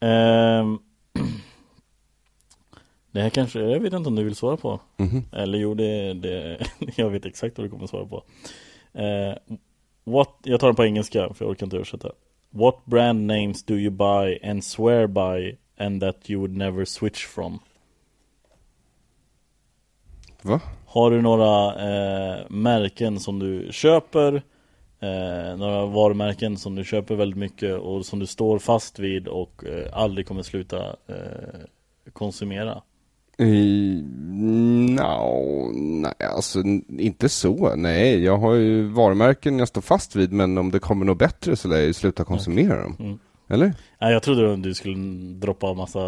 S1: Ehm, [CLEARS THROAT] det här kanske, jag vet inte om du vill svara på. Eller jo, det, det, [LAUGHS] jag vet exakt vad du kommer svara på. Eh, what, jag tar den på engelska, för jag orkar inte översätta. What brand names do you buy and swear by and that you would never switch from?
S2: Va?
S1: Har du några eh, märken som du köper? Eh, några varumärken som du köper väldigt mycket och som du står fast vid och eh, aldrig kommer sluta eh, konsumera?
S2: Uh, no, nej, alltså n- inte så. Nej, jag har ju varumärken jag står fast vid, men om det kommer något bättre så lär jag ju sluta konsumera dem.
S1: Mm.
S2: Eller?
S1: Nej, jag trodde du skulle droppa massa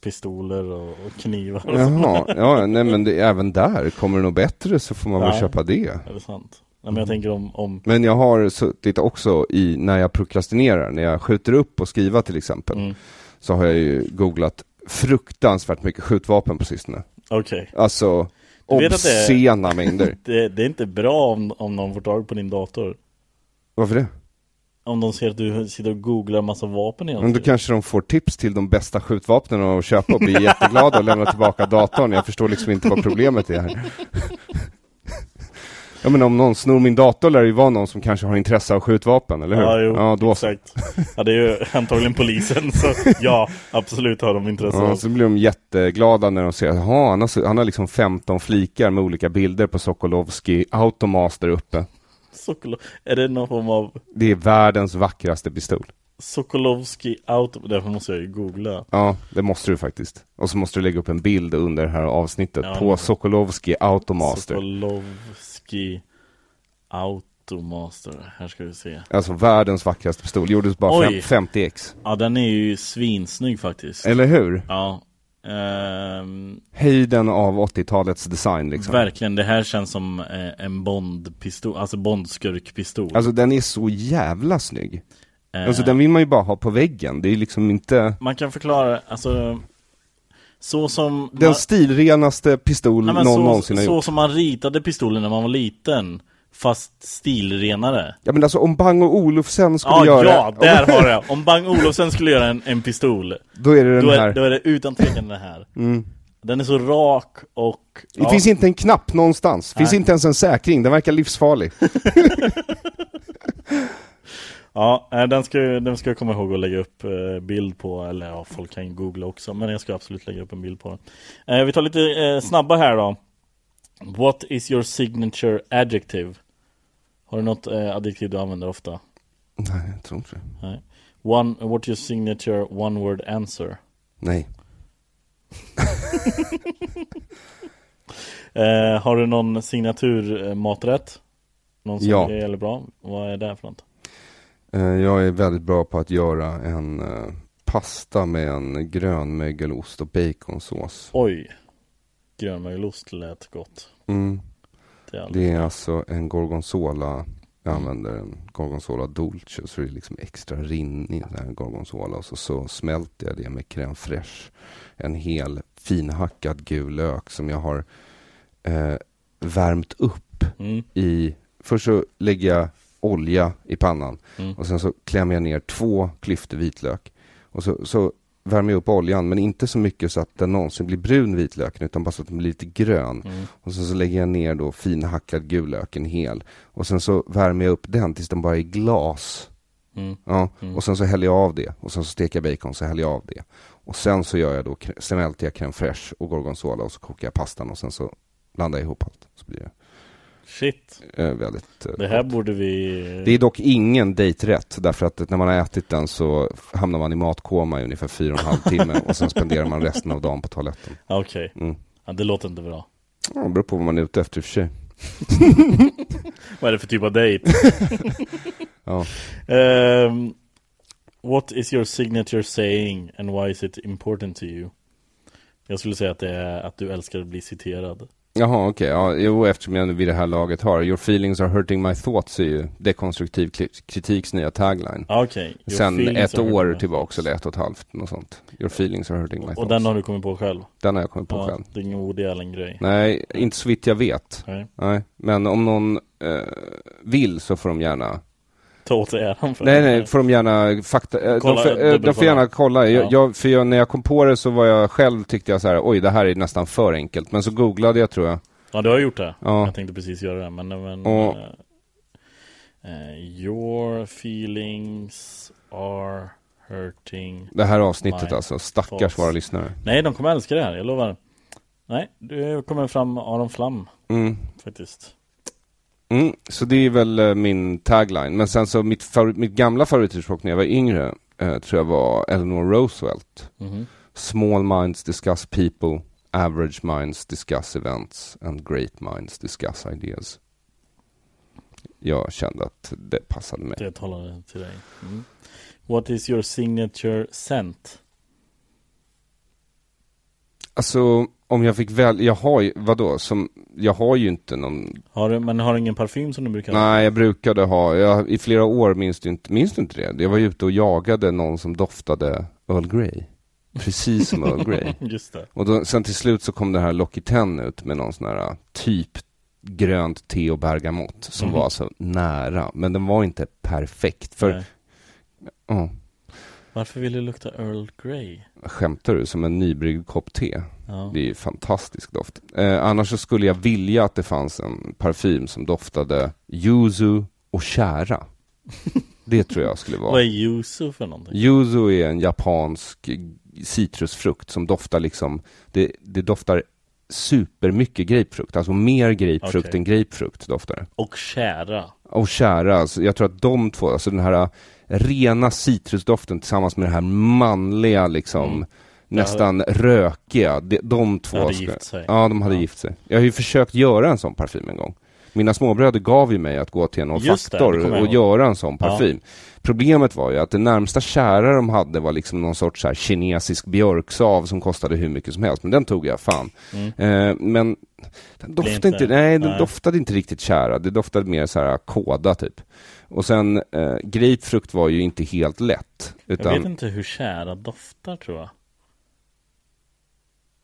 S1: pistoler och och knivar och sånt.
S2: Jaha, ja, nej men det, även där, kommer det något bättre så får man väl
S1: Ja.
S2: köpa det.
S1: Är det sant? Nej, men jag tänker om, om
S2: Men jag har suttit också i, när jag prokrastinerar, när jag skjuter upp och skriva till exempel,
S1: Mm.
S2: så har jag ju googlat fruktansvärt mycket skjutvapen på sistone.
S1: okej
S2: Alltså,
S1: Du vet att det är-
S2: obscena mängder.
S1: det, det är inte bra om, om någon får tag på din dator
S2: Varför det?
S1: Om de ser att du sitter och googlar massa vapen hela
S2: Men då
S1: tiden.
S2: kanske de får tips till de bästa skjutvapnen att köpa
S1: [LAUGHS]
S2: och blir jätteglada och lämnar tillbaka datorn. Jag förstår liksom inte vad problemet
S1: [LAUGHS]
S2: är här. Ja men om någon snor min dator lär det ju vara någon som kanske har intresse av skjutvapen, eller hur?
S1: Ja, jo,
S2: ja då så.
S1: exakt. Ja, det är ju antagligen polisen, så ja, absolut har de intresse
S2: Ja,
S1: av.
S2: så blir de jätteglada när de ser att "Jaha, han, har så- han har liksom 15 flikar med olika bilder på Sokolovski Automas där uppe.
S1: Sokolo- är det någon form av
S2: Det är världens vackraste pistol.
S1: Sokolovski out? Därför måste jag ju googla.
S2: Ja, det måste du faktiskt. Och så måste du lägga upp en bild under det här avsnittet
S1: Ja,
S2: på
S1: men-
S2: Sokolovski Automaster.
S1: Sokolovski Automaster. Här ska vi se.
S2: Alltså världens vackraste pistol, gjordes bara
S1: Oj.
S2: fem, 50 x
S1: Ja, den är ju svinsnygg faktiskt.
S2: Eller hur?
S1: Ja. Ehm,
S2: Höjden av 80-talets design liksom.
S1: verkligen, det här känns som eh, en Bond-pistol, alltså Bond-skurkpistol.
S2: Alltså den är så jävla snygg.
S1: Eh,
S2: Alltså den vill man ju bara ha på väggen, det är liksom inte
S1: Man kan förklara, alltså så som
S2: den
S1: man-
S2: stilrenaste pistol
S1: Nej, men
S2: någon
S1: så,
S2: någonsin har
S1: så
S2: gjort.
S1: som man ritade pistolen när man var liten Fast stilrenare
S2: Ja men alltså om Bang och Olufsen skulle
S1: Ja,
S2: göra
S1: ja, där har jag! Om Bang Olofsson skulle göra en, en pistol
S2: [LAUGHS] Då är det den
S1: då
S2: här. Mm.
S1: är, då är det utan tvekan den här Den är så rak och...
S2: Det finns inte en knapp någonstans, finns
S1: Nej.
S2: inte ens en säkring, den verkar livsfarlig. [LAUGHS]
S1: Ja, eh, den ska, den ska jag komma ihåg att lägga upp eh, bild på Eller ja, folk kan ju googla också Men jag ska absolut lägga upp en bild på den eh, Vi tar lite eh, snabba här då What is your signature adjective? Har du något eh, adjektiv du använder ofta?
S2: Nej, jag tror inte det.
S1: Nej. One, what's your signature one word answer?
S2: Nej.
S1: Eh, har du någon signatur eh, maträtt? Någon som
S2: Ja.
S1: är eller bra? Vad är det för något?
S2: Eh, Jag är väldigt bra på att göra en eh, pasta med en grön mögelost och baconsås.
S1: Oj! Grönmögelost lät gott.
S2: Mm.
S1: Det är all-
S2: Det är alltså en gorgonzola, jag använder en gorgonzola dolce, så det är liksom extra rinnig den här gorgonzola. Och så, så smälter jag det med crème fraîche, en hel finhackad gul lök som jag har eh, värmt upp
S1: Mm.
S2: i, först så lägger jag olja i pannan
S1: Mm.
S2: och sen så klämmer jag ner två klyftor vitlök. Och så, så värmer jag upp oljan, men inte så mycket så att den någonsin blir brun vitlöken, utan bara så att den blir lite grön.
S1: Mm.
S2: Och sen så lägger jag ner då finhackad gul lök, en hel. Och sen så värmer jag upp den tills den bara är glas.
S1: Mm.
S2: Ja, och sen så häller jag av det. Och sen så steker jag bacon, så häller jag av det. Och sen så gör jag då, kr- smälter jag crème fraîche och gorgonzola och så kokar jag pastan och sen så blandar jag ihop allt. Så blir det
S1: Shit!
S2: eh, väldigt... eh,
S1: Det här borde vi...
S2: det är dock ingen dejträtt, därför att när man har ätit den så hamnar man i matkoma i ungefär fyra och en halv timme och sen spenderar man resten av dagen på toaletten.
S1: Ja, Okej.
S2: Mm.
S1: Ja, det låter inte bra.
S2: Ja, det beror på vad man är ute efter i och för sig.
S1: Vad är det för typ av dejt?
S2: [LAUGHS] Ja.
S1: Ehm, what is your signature saying and why is it important to you? Jag skulle säga att det är att du älskar att bli citerad.
S2: Jaha, okej. Ja, jo, eftersom jag nu vid det här laget har “Your feelings are hurting my thoughts” är ju dekonstruktiv kli- kritiks nya tagline.
S1: Ah, Okej. Your
S2: Sen
S1: feelings
S2: ett
S1: are hurting
S2: år
S1: my
S2: tillbaks,
S1: thoughts.
S2: eller ett och ett halvt, något sånt. “Your feelings are hurting my
S1: Och
S2: thoughts”.
S1: den har du kommit på själv?
S2: Den har jag kommit på
S1: Ja,
S2: själv.
S1: det är ingen Woody Allen-grej.
S2: Nej, inte så vitt jag vet.
S1: Nej.
S2: Nej, men om någon eh, vill så får de gärna
S1: ta åt sig äran för.
S2: Nej, nej, får de gärna fakta... eh,
S1: Kolla,
S2: de, får, eh, de får
S1: dubbelkolla.
S2: gärna kolla. Jag,
S1: Ja.
S2: jag, för jag, när jag kom på det så var jag själv, tyckte jag så här, oj, det här är nästan för enkelt. Men så googlade jag, tror jag.
S1: Ja, du har gjort det.
S2: Ja.
S1: Jag tänkte precis göra det, men... men
S2: Ja.
S1: eh, eh, your feelings are hurting...
S2: Det här avsnittet
S1: Nej.
S2: alltså. Stackars
S1: False.
S2: våra lyssnare.
S1: Nej, de kommer älska det här, jag lovar. Nej, du kommer fram Aron Flam
S2: Mm.
S1: faktiskt.
S2: Mm, så det är väl eh, min tagline. Men sen så mitt, favor- mitt gamla favoritordspråk när jag var yngre eh, tror jag var Eleanor Roosevelt.
S1: Mhm.
S2: Small minds discuss people, average minds discuss events and great minds discuss ideas. Jag kände att det passade mig.
S1: Det talade till dig. Mm. What is your signature scent?
S2: Alltså, om jag fick väl, jag har ju, vadå, som, jag har ju inte någon,
S1: Har du, men har du ingen parfym som du brukar ha?
S2: nej jag brukade ha, jag, i flera år minns du inte, minns du inte det? Jag var ju ute och jagade någon som doftade Earl Grey. Precis som
S1: [LAUGHS]
S2: Earl Grey.
S1: Just det.
S2: Och då, sen till slut så kom det här Locky Ten ut med någon sån här ah, typ grönt te och bergamott som
S1: Mhm.
S2: var så nära. Men den var inte perfekt. För,
S1: Nej.
S2: ja,
S1: Varför vill du lukta Earl Grey?
S2: skämtar du? Som en nybryggd kopp te.
S1: Ja.
S2: Det är ju fantastisk doft. Eh, annars så skulle jag vilja att det fanns en parfym som doftade yuzu
S1: [LAUGHS]
S2: och kära. Det tror jag skulle
S1: Vad är
S2: vara.
S1: yuzu för någonting?
S2: Yuzu är en japansk citrusfrukt som doftar liksom, det, det doftar supermycket grapefrukt, alltså mer grapefrukt
S1: Okej.
S2: än grapefrukt doftar det.
S1: Och kära.
S2: Och kära, alltså, jag tror att de två, alltså den här rena citrusdoften tillsammans med den här manliga liksom,
S1: Mm.
S2: nästan rökiga, de, de två
S1: hade
S2: ska-
S1: gift sig.
S2: Ja, de hade
S1: Ja.
S2: gift sig. Jag har ju försökt göra en sån parfym en gång. Mina småbröder gav ju mig att gå till en
S1: Just det, det
S2: faktor
S1: kommer jag
S2: och
S1: ihåg.
S2: göra en sån parfym. Problemet var ju att det närmsta kära de hade var liksom någon sorts så här kinesisk björksav som kostade hur mycket som helst, men den tog jag fan. Eh, men den doftade
S1: Mm. inte-
S2: inte, nej, den
S1: nej.
S2: doftade inte riktigt kära, det doftade mer så här kåda typ. Och sen, eh, grapefrukt var ju inte helt lätt.
S1: Jag
S2: Utan,
S1: vet inte hur kära doftar tror jag.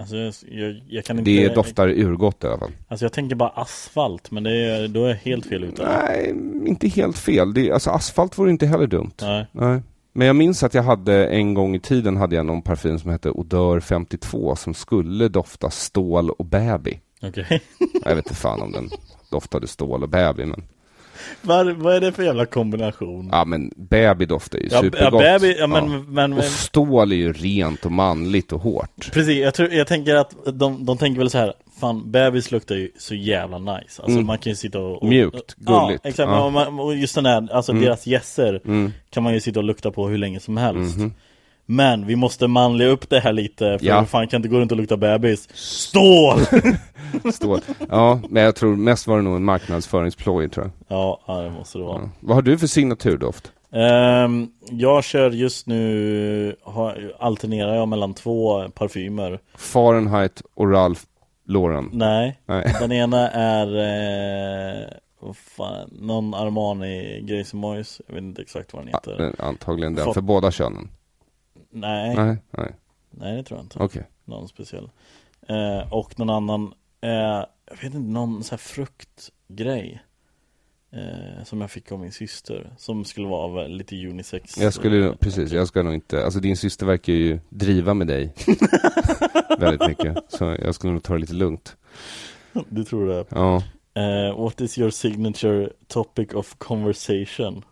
S1: Alltså jag, jag, jag kan inte...
S2: det doftar urgott i alla fall.
S1: Alltså jag tänker bara asfalt, men det är, då är jag helt fel ute.
S2: Nej, inte helt fel. Det, alltså asfalt vore inte heller dumt.
S1: Nej.
S2: Nej. Men jag minns att jag hade en gång i tiden hade jag någon parfym som hette Odör 52 som skulle dofta stål och baby.
S1: Okej. [LAUGHS]
S2: Jag vet inte fan om den doftade stål och baby men...
S1: Vad, vad är det för jävla kombination?
S2: Ja men baby doftar ju
S1: Ja, b- ja,
S2: supergott.
S1: baby, ja, men, men, men
S2: Och stål är ju rent och manligt och hårt.
S1: precis, jag, tror, jag tänker att de, de tänker väl så här Fan, bebis luktar ju så jävla nice Alltså man kan ju sitta och, och
S2: Mm. Mjukt, gulligt.
S1: Ja, exakt,
S2: Ja. Mm.
S1: Och, man, och just den här, alltså deras gässer Kan man ju sitta och lukta på hur länge som helst Men vi måste manliga upp det här lite För
S2: Mhm. Ja.
S1: fan kan inte gå runt och lukta bebis Stål!
S2: Stål. Ja, men jag tror mest var det nog en marknadsföringsploj tror jag.
S1: [LAUGHS] ja, ja, det måste det vara
S2: Vad har du för signaturdoft?
S1: Ehm, jag kör just nu, har, alternerar jag mellan två parfymer
S2: Fahrenheit och Ralph Lauren.
S1: Nej,
S2: Nej.
S1: den ena är eh, vad fan, någon Armani Grace Moyes, jag vet inte exakt vad den
S2: Ja,
S1: heter
S2: [LAUGHS] Antagligen den
S1: Mm. Fa-
S2: för båda könen.
S1: Nej, nej,
S2: Ah, eh, Nej, nej.
S1: det tror jag inte,
S2: Okej.
S1: någon speciell eh, Och någon annan, eh, jag vet inte, någon så här fruktgrej eh, Som jag fick av min syster, som skulle vara av, eh, lite unisex eh,
S2: Jag skulle, precis, jag ska nog inte, alltså din syster verkar ju driva med dig väldigt mycket. Så jag skulle nog ta det lite lugnt.
S1: [LAUGHS] Du tror det?
S2: Ja,
S1: Eh, what is your signature topic of conversation?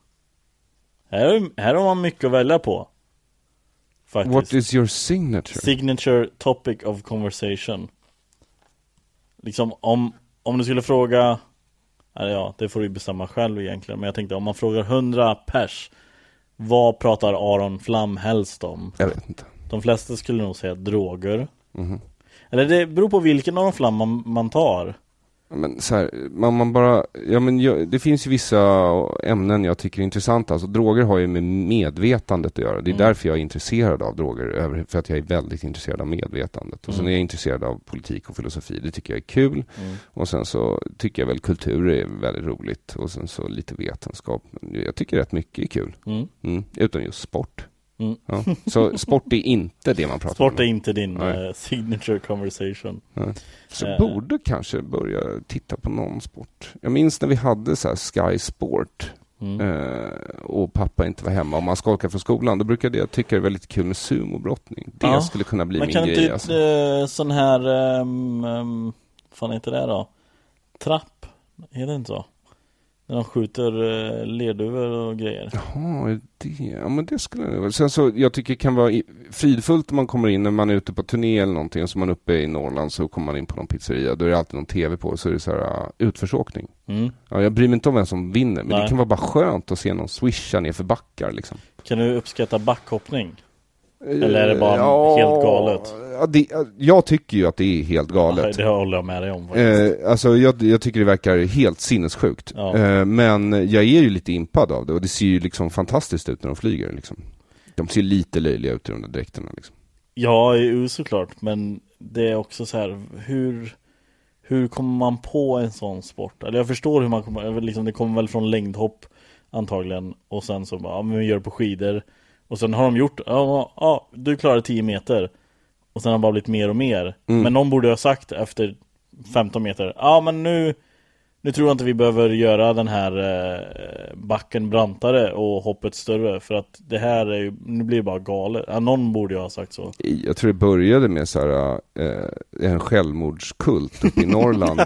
S1: Här, här har man mycket att välja på. Faktiskt.
S2: what is your signature?
S1: Signature topic of conversation. Liksom om, om du skulle fråga, eller ja det får du ju bestämma själv egentligen, men jag tänkte om man frågar 100 pers, vad pratar Aron Flam helst om?
S2: jag vet inte.
S1: De flesta skulle nog säga droger. Eller det beror på vilken Aron Flam man, man tar.
S2: Men så här, man, man bara, ja men jag, det finns ju vissa ämnen jag tycker är intressanta. Alltså droger har ju med medvetandet att göra. Det är
S1: Mm.
S2: därför jag är intresserad av droger, över- för att jag är väldigt intresserad av medvetandet. Och
S1: Mm.
S2: sen är jag intresserad av politik och filosofi, det tycker jag är kul. Och sen så tycker jag väl kultur är väldigt roligt. Och sen så lite vetenskap. Men Jag tycker rätt mycket är kul.
S1: Mm.
S2: Mm, utom just sport.
S1: Mm.
S2: Ja. Så sport är inte det man pratar
S1: Sport är
S2: om.
S1: inte din
S2: Nej.
S1: eh, signature conversation
S2: Så
S1: eh.
S2: borde kanske börja titta på någon sport. Jag minns när vi hade så här Sky Sport.
S1: Mm.
S2: eh, och pappa inte var hemma och man skolkar från skolan, då brukade jag tycka det var lite kul med sumobrottning. Det
S1: Ja.
S2: skulle kunna bli
S1: Man
S2: min
S1: kan
S2: grej.
S1: typ
S2: alltså.
S1: eh, sån här, um, um, fan heter det då? Trapp, heter det inte så? När de skjuter uh, lerduvor och grejer.
S2: Jaha, är det. Ja, men det skulle jag väl. Sen så, jag tycker det kan vara i- fridfullt om man kommer in när man är ute på turné eller någonting och så är man uppe i Norrland så kommer man in på någon pizzeria. Då är det alltid någon tv på så är det så här ah, utförsåkning.
S1: Mm.
S2: Ja, jag bryr mig inte om vem som vinner, men
S1: Nej.
S2: det kan vara bara skönt att se någon swisha ner för backar liksom.
S1: Kan du uppskatta backhoppning?
S2: Eh,
S1: Eller är det bara helt galet?
S2: Ja, det, jag tycker ju att det är helt galet.
S1: Nej, Det håller jag med dig om faktiskt.
S2: Eh, alltså jag, jag tycker det verkar helt sinnessjukt.
S1: Ja.
S2: Eh, men jag är ju lite impad av det och det ser ju liksom fantastiskt ut när de flyger. Liksom. De ser lite löjliga ut i de där dräkterna. Liksom.
S1: Ja, EU såklart, men det är också så här hur hur kommer man på en sån sport? Eller jag förstår hur man kommer, liksom, det kommer väl från längdhopp antagligen och sen så bara, ja, men vi gör det på skidor och sen har de gjort, ja, ja du klarar 10 meter och sen har det bara blivit mer och mer. Men någon borde ha sagt efter 15 meter, ja men nu nu tror jag inte vi behöver göra den här eh, backen brantare och hoppet större för att det här är ju, nu blir det bara galet. Ja, någon borde ju ha sagt så.
S2: Jag tror det började med så här, eh, en självmordskult uppe
S1: [LAUGHS]
S2: i Norrland.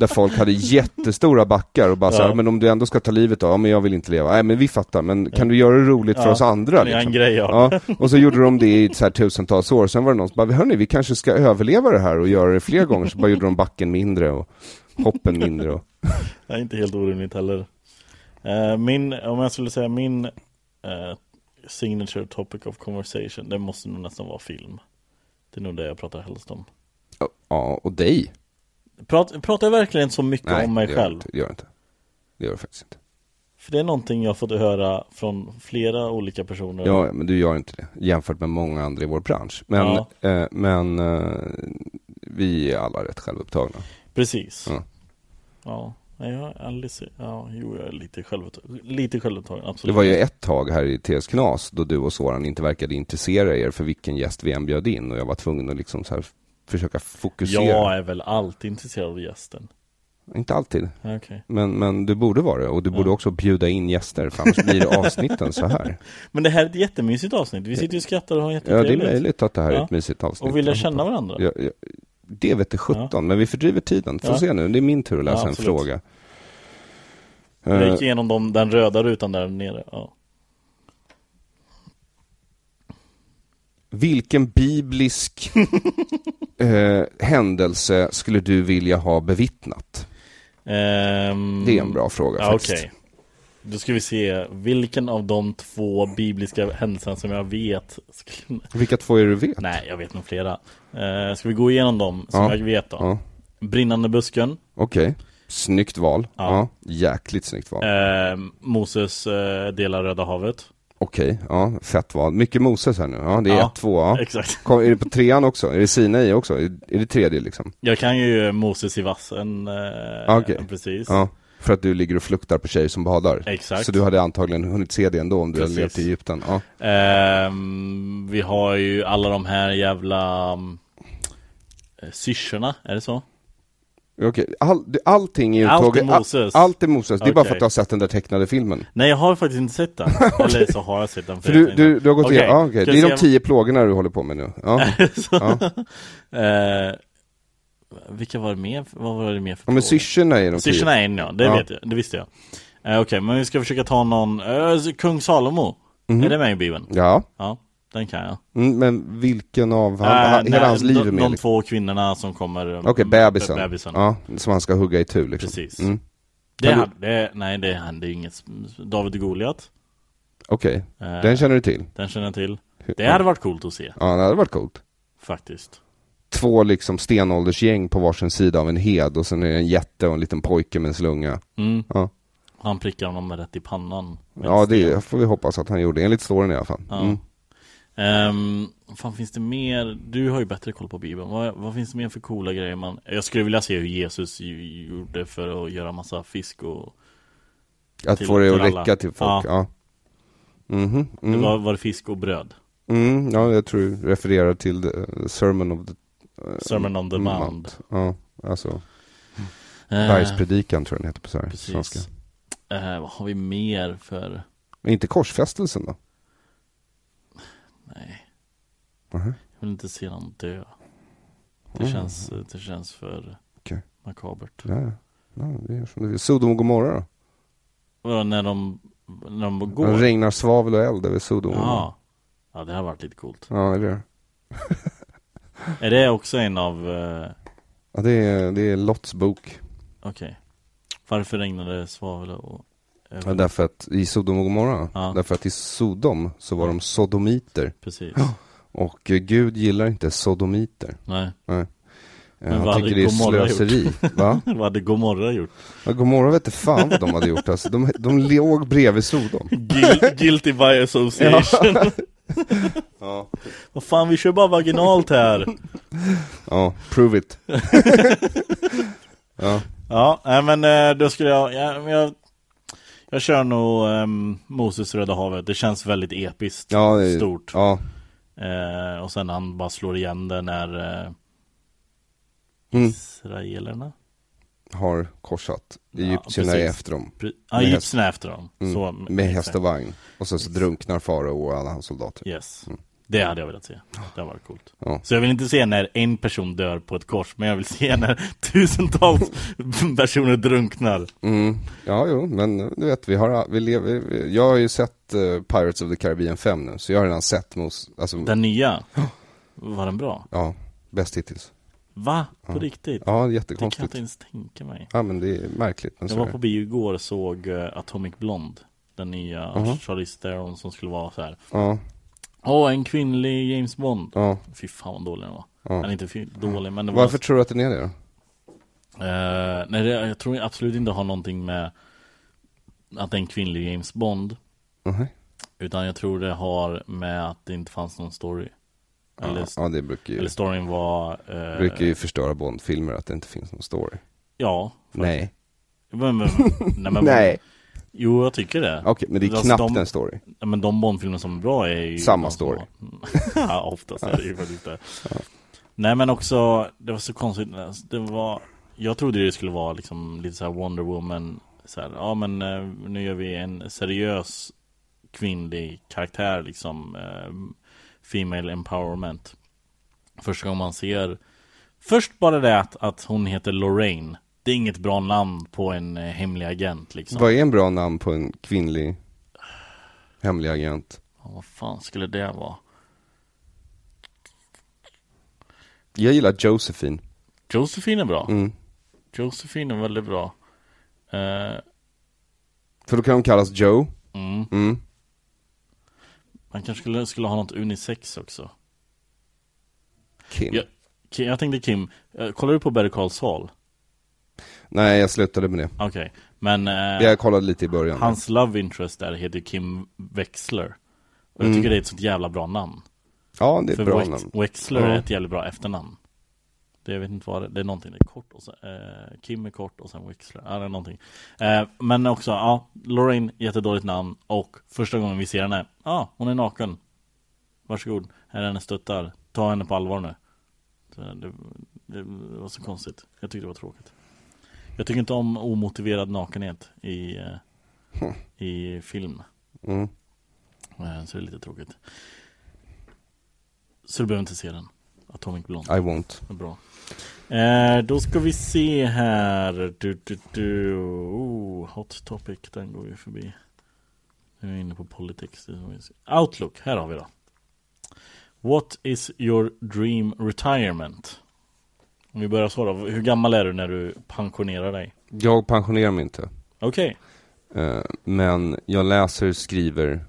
S2: där folk hade jättestora backar och bara så här,
S1: Ja.
S2: men om du ändå ska ta livet av, ja, men jag vill inte leva. Nej men vi fattar, men kan du göra det roligt för
S1: Ja,
S2: oss andra? liksom?"
S1: kan ni göra en grej av
S2: ja. Och så gjorde de det i så här, tusentals år, sen var det någon som bara, hörni vi kanske ska överleva det här och göra det fler gånger. Så bara gjorde de backen mindre och hoppen mindre. Och...
S1: Det är inte helt orimligt heller. Eh, min, om jag skulle säga min eh, signature topic of conversation, det måste nog nästan vara film. Det är nog det jag pratar helst om.
S2: Ja, och dig?
S1: Prat, pratar jag verkligen så mycket om mig
S2: det gör jag
S1: själv?
S2: inte, det gör jag inte. Det gör jag faktiskt inte.
S1: För det är någonting jag har fått höra från flera olika personer.
S2: Ja, ja, men du gör inte det jämfört med många andra i vår bransch. Men,
S1: Ja.
S2: eh, men eh, vi är alla rätt självupptagna.
S1: Precis.
S2: Ja.
S1: Ja. Nej, jag har aldrig se- ja, jo, jag är lite, självupptagen, lite självupptagen,
S2: Det
S1: absolut.
S2: var ju ett tag här i TS Knas då du och Soran inte verkade intressera er för vilken gäst vi än bjöd in och jag var tvungen att liksom så här försöka fokusera.
S1: jag är väl alltid intresserad av gästen.
S2: Inte alltid,
S1: Ja, Okej.
S2: men, men du borde vara det och du borde också bjuda in gäster för annars blir avsnitten så här.
S1: Men [LAUGHS] det här är ett jättemysigt avsnitt. Vi sitter ju och skrattar och har
S2: Ja,
S1: jättetrevligt.
S2: det är möjligt att det här är
S1: Ja.
S2: ett mysigt avsnitt.
S1: Och vill lära
S2: Jag
S1: känna
S2: hoppas-
S1: varandra.
S2: Ja, ja, det vet det 17, men vi fördriver tiden. Får
S1: Ja.
S2: se nu, det är min tur att läsa
S1: Ja,
S2: en
S1: absolut.
S2: fråga.
S1: Jag
S2: Eh,
S1: gick igenom dem, den röda rutan där nere. Ja.
S2: Vilken
S1: [LAUGHS]
S2: biblisk eh, händelse skulle du vilja ha bevittnat?
S1: Ehm,
S2: Det är en bra fråga
S1: ja,
S2: faktiskt.
S1: Okej. Då ska vi se vilken av de två bibliska händelserna som jag vet. Skulle...
S2: Vilka två är det du
S1: [LAUGHS]
S2: vet?
S1: Nej, jag vet nog flera. Eh, ska vi gå igenom dem som
S2: Ja.
S1: jag vet då?
S2: Ja.
S1: Brinnande busken,
S2: Okej, snyggt val. Ja.
S1: Ja.
S2: Jäkligt snyggt val.
S1: ehm, Moses eh, delar Röda havet.
S2: Okej, ja, fett val. Mycket Moses här nu. Ja, det är
S1: Ja,
S2: ett, två. Ja.
S1: Exakt.
S2: Kom, är det på trean också? Är det Sinai också? Är, är det tredje liksom?
S1: Jag kan ju Moses i vassen. Eh,
S2: Ah, okej.
S1: Precis.
S2: Ja, för att du ligger och fluktar på tjejer som badar.
S1: Exakt.
S2: Så du hade antagligen hunnit se det ändå om du hade
S1: Precis.
S2: levt i Egypten. Ja.
S1: Ehm, vi har ju alla de här jävla um, syrsorna, är det så?
S2: Okej, All, det- allting är
S1: Allt är
S2: uttaget. Al-
S1: Moses.
S2: Allt är Moses. Det är bara för
S1: Okej.
S2: att du har sett den där tecknade filmen.
S1: Nej jag har faktiskt inte sett
S2: [LAUGHS]
S1: den, eller så har jag sett den
S2: För du, du, du har gått
S1: Okej,
S2: igenom, ja, okej.
S1: ska
S2: det är
S1: vi se-
S2: de tio plågorna du håller på med nu. Ja.
S1: [LAUGHS] Så- [LAUGHS] Eh, Vilka var det mer, vad var det mer för [LAUGHS]
S2: ja men
S1: frågor?
S2: syrsorna är de tio.
S1: Syrsorna är en ja, det
S2: Ja.
S1: vet jag, det visste jag eh, Okej, men vi ska försöka ta någon, eh, Kung Salomo
S2: Mhm.
S1: Är det med i Bibeln?
S2: Ja,
S1: Ja, den kan jag
S2: mm, men vilken av, han,
S1: Eh,
S2: han, hela
S1: nej,
S2: hans liv
S1: de,
S2: är med
S1: de
S2: liksom.
S1: två kvinnorna som kommer
S2: Okej, bebisen. Ja, som han ska hugga i liksom.
S1: Precis.
S2: Mm.
S1: Det,
S2: Kan du-
S1: hade- det, nej det hände ju inget David och Goliat
S2: Okej,
S1: Eh.
S2: den känner du till?
S1: Den känner jag till Det
S2: Ja.
S1: hade varit coolt att se
S2: Ja, det hade varit coolt.
S1: faktiskt
S2: Två liksom stenåldersgäng på varsin sida av en hed och sen är det en jätte och en liten pojke med en slunga.
S1: mm.
S2: Ja.
S1: Han prickar honom rätt i pannan med en
S2: Ja,
S1: sten.
S2: det får vi hoppas att han gjorde, enligt storyn i alla fall.
S1: Ja.
S2: Mm.
S1: Ehm, fan finns det mer? Du har ju bättre koll på Bibeln. Vad, vad finns det mer för coola grejer man? Jag skulle vilja se hur Jesus ju, gjorde för att göra massa fisk och
S2: Att
S1: Till-
S2: få det
S1: till
S2: att
S1: alla.
S2: räcka till folk, ja.
S1: Ja.
S2: Mhm, mm.
S1: var, var det fisk och bröd?
S2: Mm, ja, jag tror du refererar till the, uh, the Sermon of the
S1: Sermon
S2: Mm.
S1: on the Mount.
S2: Ja, alltså
S1: Eh,
S2: bergspredikan tror jag den heter på svenska.
S1: precis. Eh, vad har vi mer för...
S2: Men inte korsfästelsen då?
S1: Nej,
S2: Mhm.
S1: jag vill inte se någon dö. Det känns, det känns för
S2: Mm. Okej.
S1: makabert.
S2: Ja, ja. ja, det är som du vill. Sodom och Gomorra då?
S1: Och när de, när de går?
S2: Det regnar svavel och eld över Sodom. och Gomorra.
S1: ja. ja, det har varit lite coolt.
S2: ja eller hur?
S1: Är det också en av... Eh,
S2: Ja, det är, det är Lots bok.
S1: Okej. Varför regnade det svavel och...
S2: Ja, därför att i Sodom och Gomorra,
S1: Ja.
S2: därför att i Sodom så var de sodomiter.
S1: Precis.
S2: Och eh, Gud gillar inte sodomiter.
S1: Nej.
S2: Nej. Eh,
S1: Men vad
S2: Han tycker
S1: hade
S2: det är
S1: Gomorra gjort?
S2: slöseri. Va?
S1: Vad hade Gomorra gjort?
S2: Ja, Gomorra vet inte fan vad de hade gjort alltså. De, de låg bredvid Sodom. [LAUGHS]
S1: Guil- guilty by association.
S2: Ja.
S1: [LAUGHS] Vad fan, vi kör bara vaginalt här.
S2: Ja, prove it.
S1: Ja, nej, men eh, då skulle jag... Jag, men jag, jag kör nog um, Moses Röda havet. Det känns väldigt episkt.
S2: Ja, det-
S1: stort.
S2: Ja.
S1: Eh, och sen han bara slår igen det när eh,
S2: Mm.
S1: israelerna...
S2: Har korsat. Egyptierna är
S1: precis.
S2: efter dem.
S1: Pre-
S2: Med
S1: Ja, egyptierna efter dem.
S2: Mm.
S1: Så,
S2: Med häst och vagn. Och sen så drunknar farao och alla hans soldater.
S1: Yes. Det hade jag velat se. Det hade varit coolt.
S2: Mm. Ja.
S1: Så jag vill inte se när en person dör på ett kors, men jag vill se när [LAUGHS] tusentals personer drunknar.
S2: Mm. Ja, jo, men eh, du vet, vi har, vi lever, vi- jag har ju sett eh, Pirates of the Caribbean 5 nu, så jag har redan sett Mos, alltså,
S1: Den nya, var den bra?
S2: ja, bäst hittills.
S1: Va? På riktigt?
S2: Ja,
S1: det kan jag
S2: jättekonstigt.
S1: inte ens tänka mig.
S2: Ja, men det är märkligt. Men
S1: Jag
S2: så
S1: var
S2: är
S1: på
S2: det.
S1: bio igår och såg eh, Atomic Blonde. Den nya
S2: Mhm.
S1: Charlize Theron som skulle vara så här.
S2: Ja,
S1: Åh, en kvinnlig James Bond.
S2: ja.
S1: Fy fan vad dålig den var.
S2: Ja.
S1: Den är inte fi- dålig men det var
S2: Varför tror du att den är det då?
S1: Eh, nej, det, jag tror absolut inte har någonting med att det är en kvinnlig James Bond
S2: Mhm.
S1: Utan jag tror det har med att det inte fanns någon story Eller,
S2: Ja, ja, det brukar ju,
S1: eller storyn var eh,
S2: brukar ju förstöra Bond-filmer att det inte finns någon story.
S1: Ja
S2: Nej.
S1: men, men, nej, men,
S2: [LAUGHS] Nej.
S1: Jo jag tycker det
S2: Okej, men det är
S1: Alltså,
S2: knappt
S1: de,
S2: en story.
S1: Ja, Men de Bondfilmer som är bra är ju
S2: Samma
S1: de som
S2: story.
S1: har- [LAUGHS] Ja oftast är det ju faktiskt det Nej men också Det var så konstigt alltså, Det var Jag trodde det skulle vara liksom lite så här Wonder Woman så här, Ja men eh, nu gör vi en seriös Kvinnlig karaktär liksom eh, Female empowerment Första gången man ser Först bara det att, att hon heter Lorraine Det är inget bra namn på en eh, hemlig agent liksom
S2: Vad är en bra namn på en kvinnlig hemlig agent?
S1: ja, Vad fan skulle det vara?
S2: Jag gillar Josephine.
S1: Josephine är bra
S2: Mm.
S1: Josephine är väldigt bra Eh,
S2: För då kan hon kallas Joe.
S1: mm.
S2: Mm.
S1: Man kanske skulle, skulle ha något unisex också
S2: Kim.
S1: jag, Ki- jag tänkte Kim, eh, kollar du på Better Call Saul?
S2: Nej, jag slutade med det.
S1: Okej, men eh,
S2: Jag kollade lite i början.
S1: hans love interest där heter Kim Wexler Och jag
S2: Mm.
S1: tycker det är ett sånt jävla bra namn
S2: Ja, det är
S1: För
S2: ett bra
S1: Wex-
S2: namn.
S1: Wexler
S2: Ja.
S1: är ett jävligt bra efternamn det, jag vet inte vad det, det är någonting, det är kort och sen, eh, Kim är kort och sen Wexler, ja det är någonting eh, Men också, ja, Lorraine, jättedåligt namn och första gången vi ser henne, ja, ah, hon är naken Varsågod, här är hennes stöttar, ta henne på allvar nu så det, det var så konstigt, jag tyckte det var tråkigt Jag tycker inte om omotiverad nakenhet i, eh, i film
S2: Mm.
S1: Eh, Så det är lite tråkigt Så du behöver inte se den Atomic Blonde
S2: I won't.
S1: Vad Bra eh, Då ska vi se här du, du, du. Oh, Hot topic, den går vi förbi Nu är vi inne på politics Det får vi se. Outlook, här har vi då What is your dream retirement? Om vi börjar så då, hur gammal är du när du pensionerar dig?
S2: Jag pensionerar mig inte.
S1: Okej,
S2: Eh, Men jag läser, skriver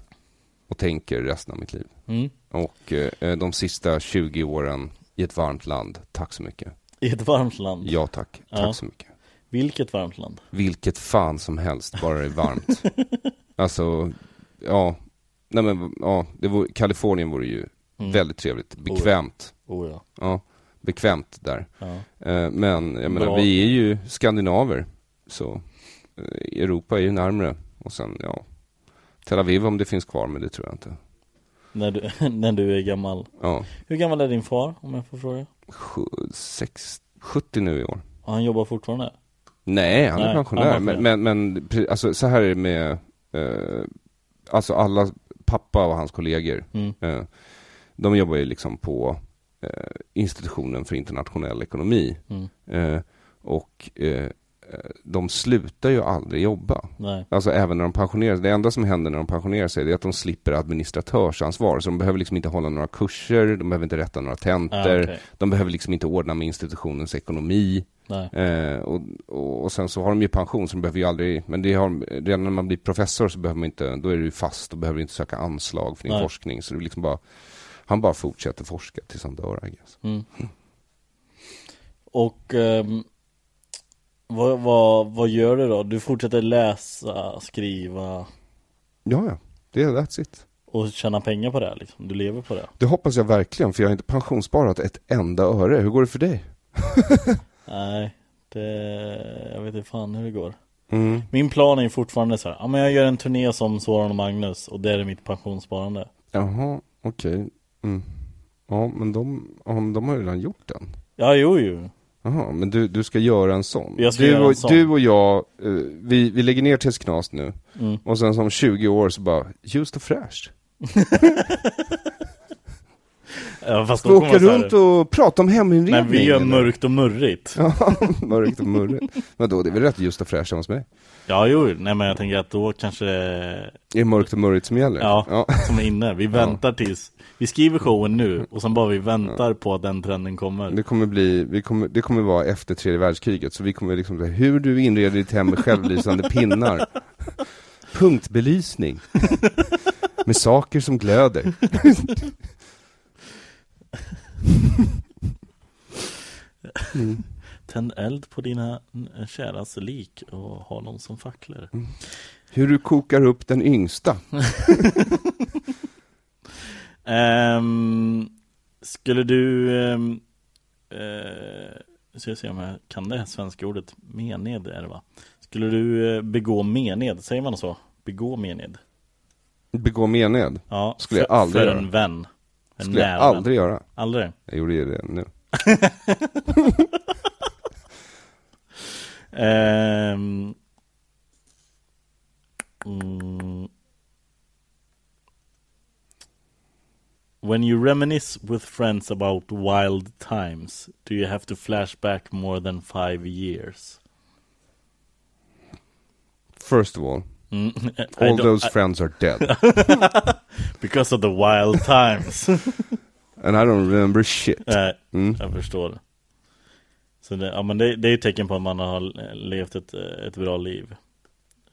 S2: och tänker resten av mitt liv.
S1: mm.
S2: Och eh, de sista 20 åren i ett varmt land. Tack så mycket.
S1: i ett varmt land
S2: Ja tack. Tack
S1: Ja.
S2: så mycket.
S1: Vilket varmt land?
S2: Vilket fan som helst, bara det
S1: [LAUGHS]
S2: är varmt. alltså, ja. Nej men, ja. Det vore, Kalifornien vore ju
S1: Mm.
S2: väldigt trevligt. Bekvämt.
S1: Oh, ja.
S2: Ja, bekvämt där.
S1: Ja.
S2: Eh, Men jag menar,
S1: Bra.
S2: vi är ju skandinaver. Så eh, Europa är ju närmre. Och sen, ja. Tel Aviv om det finns kvar, men det tror jag inte.
S1: När, du, [LAUGHS] när du är gammal
S2: Ja,
S1: Hur gammal är din far om jag får fråga?
S2: sju- sex- 70 nu i år.
S1: Och han jobbar fortfarande?
S2: Nej, han
S1: Nej,
S2: är
S1: han
S2: pensionär.
S1: var
S2: men, men, men pre- alltså, så här är det med eh, alltså alla, pappa och hans kollegor.
S1: Mm.
S2: Eh, de jobbar ju liksom på eh, institutionen för internationell ekonomi.
S1: Mm.
S2: Eh, och eh, eh, de slutar ju aldrig jobba.
S1: Nej.
S2: Alltså även när de pensionerar sig. Det enda som händer när de pensionerar sig det är att de slipper administratörsansvar. Så de behöver liksom inte hålla några kurser, de behöver inte rätta några tentor.
S1: Ah, okej.
S2: De behöver liksom inte ordna med institutionens ekonomi.
S1: Nej.
S2: Eh, och, och, och sen så har de ju pension så de behöver ju aldrig, men det har, de- redan när man blir professor så behöver man inte, då är du ju fast och behöver inte söka anslag för din
S1: Nej.
S2: forskning. Så det är liksom bara, han bara fortsätter forska tills han dör. I guess.
S1: Och ehm, vad, vad, vad gör du då? Du fortsätter läsa, skriva
S2: Ja, ja, det, that's it.
S1: och tjäna pengar på det här, liksom. Du lever på det.
S2: Det hoppas jag verkligen, för jag har inte pensionssparat ett enda öre. Hur går det för dig?
S1: Nej, det, jag vet inte fan hur det går.
S2: Mm.
S1: Min plan är fortfarande så här, ja men jag gör en turné som Soran och Magnus och det är mitt pensionssparande.
S2: Jaha, okej. Mm. Ja, men de, ja, men de har ju redan gjort den.
S1: Ja, jo, jo.
S2: Jaha, men du, du ska göra en sån?
S1: Jag ska
S2: du,
S1: göra en
S2: och,
S1: sån.
S2: du och jag, eh, vi, vi lägger ner Tess Knas nu.
S1: Mm.
S2: Och sen som 20 år så bara, ljust och fräscht.
S1: Ja, fast
S2: Ska
S1: då kommer
S2: åka
S1: jag så här,
S2: runt och prata om
S1: Nej,
S2: heminredning.
S1: vi gör
S2: eller?
S1: mörkt och murrigt. Ja.
S2: Ja, [LAUGHS] mörkt och murrigt. Vadå, det är väl rätt ljust och fräscht hemma hos mig?
S1: jo, jo. nej men jag tänker att då kanske,
S2: Det är mörkt och murrigt som gäller.
S1: ja, [LAUGHS] som är inne. Vi väntar tills, vi skriver showen nu och sen bara vi väntar på att den trenden kommer.
S2: Det kommer bli, vi kommer, det kommer vara efter tredje världskriget, så vi kommer liksom, säga hur du inreder ditt hem med självlysande pinnar. Punktbelysning. med saker som glöder.
S1: Tänd eld på dina mm, käras lik och ha dem som facklor.
S2: Mm. Hur du kokar upp den yngsta.
S1: Ehm, skulle du... Um, uh, ska jag se om jag kan det här svenska ordet. Mened är det va? Skulle du eh, begå mened? Säger man så? Begå mened?
S2: Begå mened.
S1: Ja,
S2: Skulle jag
S1: för,
S2: aldrig
S1: för
S2: göra.
S1: en vän. En
S2: Skulle jag
S1: nära
S2: aldrig göra.
S1: Vän. Aldrig?
S2: Jag gjorde ju det nu.
S1: Ehm, mm. When you reminisce with friends about wild times, do you have to flash back more than five years?
S2: First of all,
S1: Mm, [LAUGHS] I
S2: all
S1: don't-
S2: those
S1: I-
S2: friends are
S1: [LAUGHS]
S2: dead.
S1: because of the wild times.
S2: And I don't remember shit.
S1: Nej,
S2: [LAUGHS] Mm.
S1: jag förstår. Så det, ja, men det, det är ett tecken på att man har levt ett, eh, ett bra liv.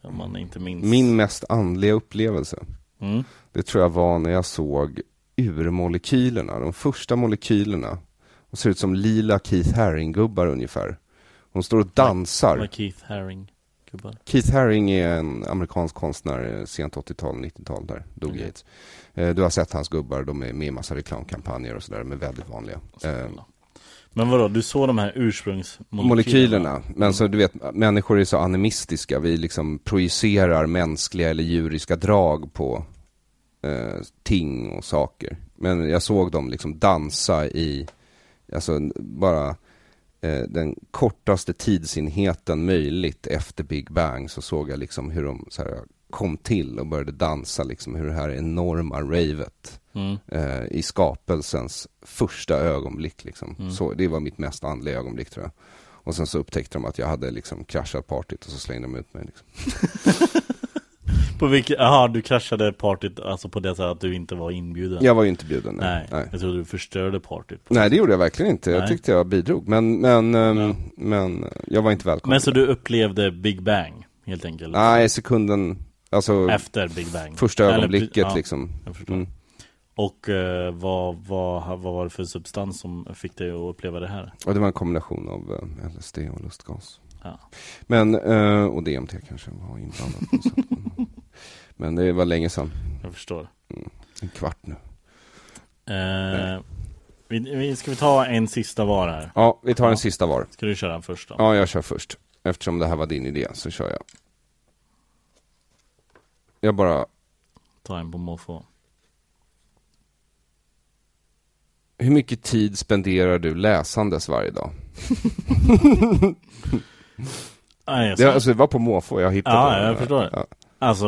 S1: Om man inte minns.
S2: Min mest andliga upplevelse,
S1: Mm.
S2: det tror jag var när jag såg urmolekylerna, de första molekylerna. De ser ut som lila Keith Haring-gubbar ungefär. De står och dansar.
S1: Med Keith Haring. Gubbar.
S2: Keith Haring är en amerikansk konstnär, eh, sent 80-tal, 90-tal där, dog i
S1: Okej.
S2: aids. Eh, Du har sett hans gubbar, de är med i massa reklamkampanjer och sådär, de är väldigt vanliga. Eh,
S1: Men vadå, du såg de här ursprungsmolekylerna?
S2: molekylerna. Men så du vet, människor är så animistiska. Vi liksom projicerar mänskliga eller djuriska drag på eh, ting och saker. Men jag såg dem liksom dansa i, alltså n- bara eh, den kortaste tidsenheten möjligt efter Big Bang så såg jag liksom hur de så här kom till och började dansa liksom hur det här enorma ravet
S1: Mm.
S2: eh, i skapelsens första ögonblick. Liksom.
S1: Mm.
S2: Så, det var mitt mest andliga ögonblick tror jag. Och sen så upptäckte de att jag hade liksom kraschat partyt och så slängde de ut mig. Liksom.
S1: På vilket, aha, du kraschade partyt alltså på det sättet att du inte var inbjuden?
S2: Jag var ju inte bjuden.
S1: Nej,
S2: Nej. Nej.
S1: jag trodde du förstörde partyt.
S2: Nej, det gjorde jag verkligen inte. Jag
S1: Nej.
S2: tyckte jag bidrog. Men, men, ehm,
S1: Ja.
S2: men eh, jag var inte välkommen.
S1: Men så du upplevde Big Bang, helt enkelt?
S2: Nej, sekunden, alltså
S1: Efter Big Bang?
S2: första
S1: Eller-
S2: ögonblicket
S1: ja.
S2: liksom.
S1: Jag förstår.
S2: Mm.
S1: Och eh, vad, vad, vad var det för substans som fick dig att uppleva det här?
S2: Och det var en kombination av eh, LSD och lustgas.
S1: Ja.
S2: Men, eh, och DMT kanske
S1: [LAUGHS]
S2: var inblandat. på något sätt. Men- Men det var länge sedan,
S1: Jag förstår.
S2: en kvart nu.
S1: Eh, vi, vi, ska vi ta en sista var här?
S2: Ja, vi tar
S1: Ja.
S2: en sista var.
S1: Ska du köra den först då?
S2: Ja, jag kör först. Eftersom det här var din idé så kör jag. Jag bara,
S1: Ta en på måfå.
S2: hur mycket tid spenderar du läsandes varje dag?
S1: Nej, Ah, jag
S2: Det,
S1: ser-
S2: alltså, det var på måfå, jag hittade
S1: Ja,
S2: det.
S1: jag förstår det.
S2: Ja.
S1: Alltså,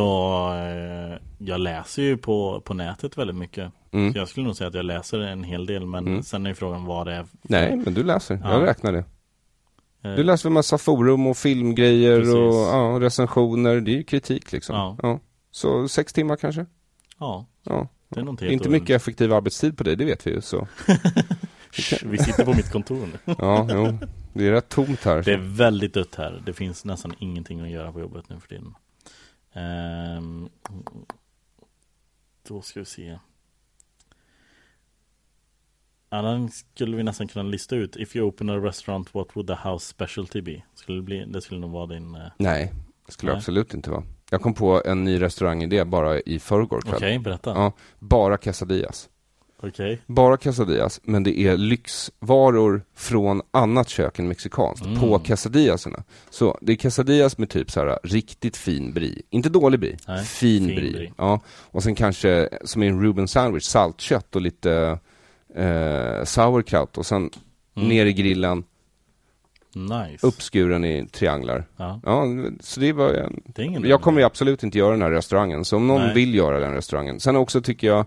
S1: eh, jag läser ju på, på nätet väldigt mycket.
S2: Mm.
S1: Så jag skulle nog säga att jag läser en hel del, men
S2: Mm.
S1: sen är ju frågan vad det är. för-
S2: Nej, men du läser.
S1: Ja.
S2: Jag räknar det.
S1: eh,
S2: Du läser en massa forum och filmgrejer
S1: Precis.
S2: och ja, recensioner. Det är ju kritik liksom.
S1: Ja.
S2: Ja. Så sex timmar kanske?
S1: Ja,
S2: Ja.
S1: det är nog inte helt
S2: Inte mycket effektiv arbetstid på dig, det vet vi ju. Så.
S1: Shh, Vi sitter på mitt kontor
S2: [LAUGHS]
S1: nu. [LAUGHS]
S2: Ja, jo. Det är rätt tomt här.
S1: Det är väldigt dött här. Det finns nästan ingenting att göra på jobbet nu för tiden. Ehm, då ska vi se. Annan skulle vi nästan kunna lista ut. If you open a restaurant, what would the house specialty be? Skulle det, bli, det skulle nog vara din... eh,
S2: Nej, det skulle det
S1: Nej.
S2: absolut inte vara. Jag kom på en ny restaurangidé bara i förrgår kväll.
S1: Okej, berätta.
S2: Ja, bara quesadillas.
S1: Okej.
S2: Bara quesadillas, men det är lyxvaror från annat kök än mexikanskt på quesadillasarna. Så det är quesadillas med typ så här riktigt fin brie. Inte dålig brie,
S1: Nej,
S2: fin,
S1: fin
S2: brie.
S1: brie.
S2: Ja. Och sen kanske, som i en Reuben sandwich, saltkött och lite eh, sauerkraut och sen ner i grillen,
S1: Nice.
S2: uppskuren i trianglar.
S1: Ja.
S2: Ja, så det var en
S1: Det är ingen
S2: jag kommer ju absolut inte göra den här restaurangen, så om någon
S1: Nej.
S2: vill göra den restaurangen. Sen också tycker jag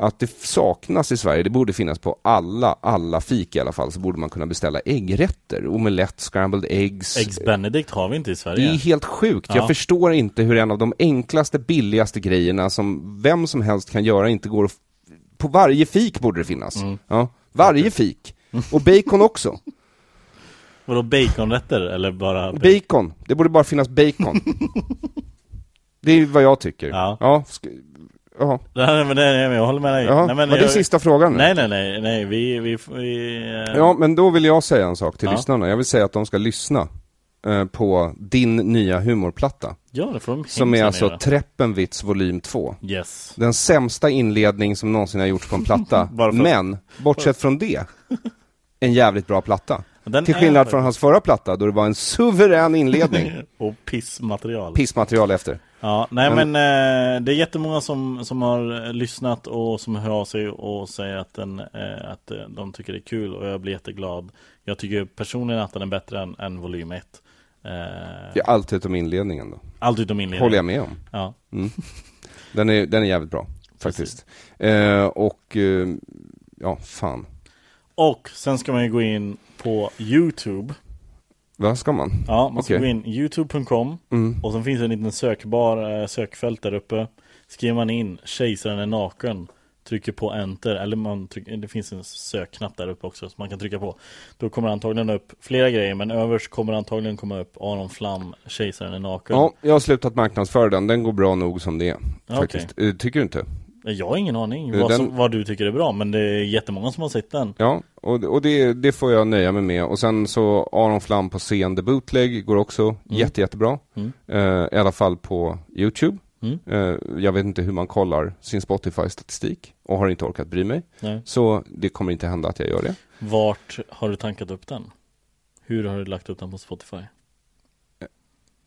S2: att det saknas i Sverige, det borde finnas på alla, alla fik i alla fall, så borde man kunna beställa äggrätter, omelett, scrambled eggs.
S1: Eggs Benedict har vi inte i
S2: det
S1: Sverige.
S2: är helt sjukt.
S1: Ja.
S2: Jag förstår inte hur en av de enklaste, billigaste grejerna som vem som helst kan göra inte går att... f- På varje fik borde det finnas.
S1: Mm.
S2: Ja, varje fik. Och bacon också.
S1: Vadå baconrätter eller bara bacon?
S2: Bacon, det borde bara
S1: [LAUGHS]
S2: finnas bacon. det är vad jag tycker.
S1: Ja.
S2: Ja, sk- ja.
S1: Nej men nej, nej, men jag håller med dig.
S2: Ja,
S1: nej, men
S2: men var det
S1: jag-
S2: sista frågan nu?
S1: Nej nej nej, nej vi, vi, vi eh,
S2: Ja, men då vill jag säga en sak till
S1: Ja.
S2: lyssnarna. Jag vill säga att de ska lyssna eh, på din nya humorplatta.
S1: ja, det får de
S2: Som är
S1: hemsen
S2: alltså
S1: göra.
S2: Treppenvits volym 2.
S1: Yes.
S2: Den sämsta inledning som någonsin har gjorts på en platta.
S1: [LAUGHS] Bara för-
S2: Men, bortsett från det, en jävligt bra platta.
S1: Den
S2: till
S1: är
S2: skillnad
S1: faktiskt-
S2: från hans förra platta, då det var en
S1: [LAUGHS]
S2: suverän inledning.
S1: Och pissmaterial.
S2: Pissmaterial efter.
S1: Ja, nej men,
S2: Men-
S1: eh, det är jättemånga som, som har eh, lyssnat och som hör av sig och säger att, den, eh, att eh, de tycker det är kul och jag blir jätteglad. Jag tycker personligen att den är bättre än, än volym 1. Eh,
S2: Det är allt utom inledningen då.
S1: Allt utom inledningen.
S2: Håller jag med om.
S1: Ja.
S2: Den är, den är jävligt bra, faktiskt. Eh, och, eh, ja, fan.
S1: Och sen ska man ju gå in på YouTube.
S2: Vad ska man?
S1: Ja, man ska
S2: Okej. Mm.
S1: gå in youtube.com och sen finns det en liten sökbar eh, sökfält där uppe. Skriver man in kejsaren är naken, trycker på enter, eller man tryck, det finns en sökknapp där uppe också som man kan trycka på. Då kommer det antagligen upp flera grejer, men överst kommer det antagligen komma upp Aron Flam, kejsaren är naken.
S2: Ja, jag har slutat marknadsföra den. Den går bra nog som det är.
S1: Ja,
S2: Faktiskt. Eh, Tycker du inte?
S1: Jag har ingen aning
S2: Eh,
S1: vad,
S2: den-
S1: som, vad du tycker är bra, men det är jättemånga som har sett den.
S2: Ja, och, och det, det får jag nöja mig med. Och sen så Aron Flam på scen, The Bootleg, går också
S1: Mm.
S2: jätte, jättebra. Eh, I alla fall på YouTube.
S1: Mm.
S2: Eh, jag vet inte hur man kollar sin Spotify-statistik och har inte orkat bry mig.
S1: Nej.
S2: Så det kommer inte hända att jag gör det.
S1: Vart har du tankat upp den? Hur har du lagt upp den på Spotify?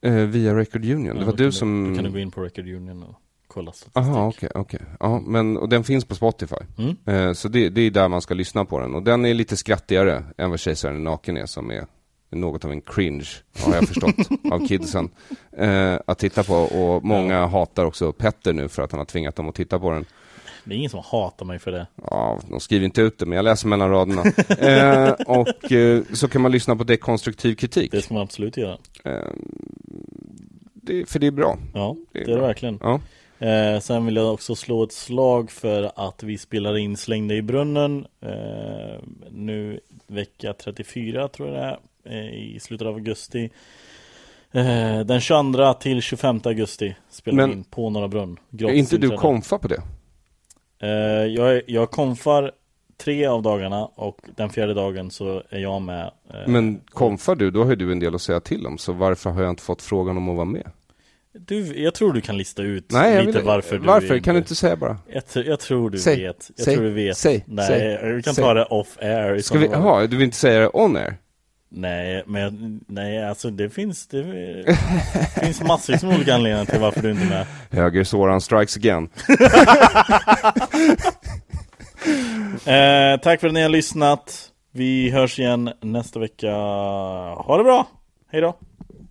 S2: Eh, via Record Union. Det
S1: Ja,
S2: var
S1: då
S2: du
S1: kan
S2: som...
S1: Då kan du gå in på Record Union och kolla statistik.
S2: Aha, okej, okej. Ja, men och den finns på Spotify.
S1: Mm.
S2: Eh, så det, det är där man ska lyssna på den. Och den är lite skrattigare än vad Kejsaren är naken är, som är något av en cringe, har
S1: [LAUGHS]
S2: jag förstått, av kidsen. Eh, att titta på. Och många hatar också Petter nu för att han har tvingat dem att titta på den.
S1: Det är ingen som hatar mig för det.
S2: Ja, de skriver inte ut det, men jag läser mellan
S1: [LAUGHS]
S2: raderna. eh, och eh, så kan man lyssna på dekonstruktiv kritik. Eh,
S1: Det ska man absolut göra.
S2: Det, för det är bra.
S1: Ja, det är
S2: är
S1: det
S2: bra.
S1: verkligen.
S2: Ja.
S1: Eh, sen vill jag också slå ett slag för att vi spelar in Släng dig i brunnen eh, nu vecka 34 tror jag det är, eh, i slutet av augusti. Eh, den 22 till 25 augusti spelar
S2: Men-
S1: vi in på Norra Brunn.
S2: Är
S1: Gratis
S2: inte du
S1: inträde.
S2: konfa på det?
S1: Eh, jag, jag konfar tre av dagarna och den fjärde dagen så är jag med. Eh,
S2: Men konfar du, då har ju du en del att säga till om. Så varför har jag inte fått frågan om att vara med?
S1: du, jag tror du kan lista ut
S2: Nej, jag
S1: lite
S2: vill,
S1: varför, du
S2: Varför?
S1: är
S2: Kan du
S1: med.
S2: inte säga bara?
S1: Jag, tr- jag tror du
S2: Säg,
S1: vet. Jag
S2: säg,
S1: tror du vet.
S2: säg,
S1: Nej,
S2: säg,
S1: vi kan
S2: säg.
S1: ta det off air. i
S2: Ska vi,
S1: sådana fall.
S2: jaha, du vill inte säga det on air?
S1: Nej, men jag- nej, alltså det finns det [LAUGHS] finns massvis med olika anledningar till varför du inte är med.
S2: Höger Soran strikes again.
S1: Eh, tack för att ni har lyssnat. Vi hörs igen nästa vecka. Ha det bra. Hej då.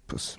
S2: Puss.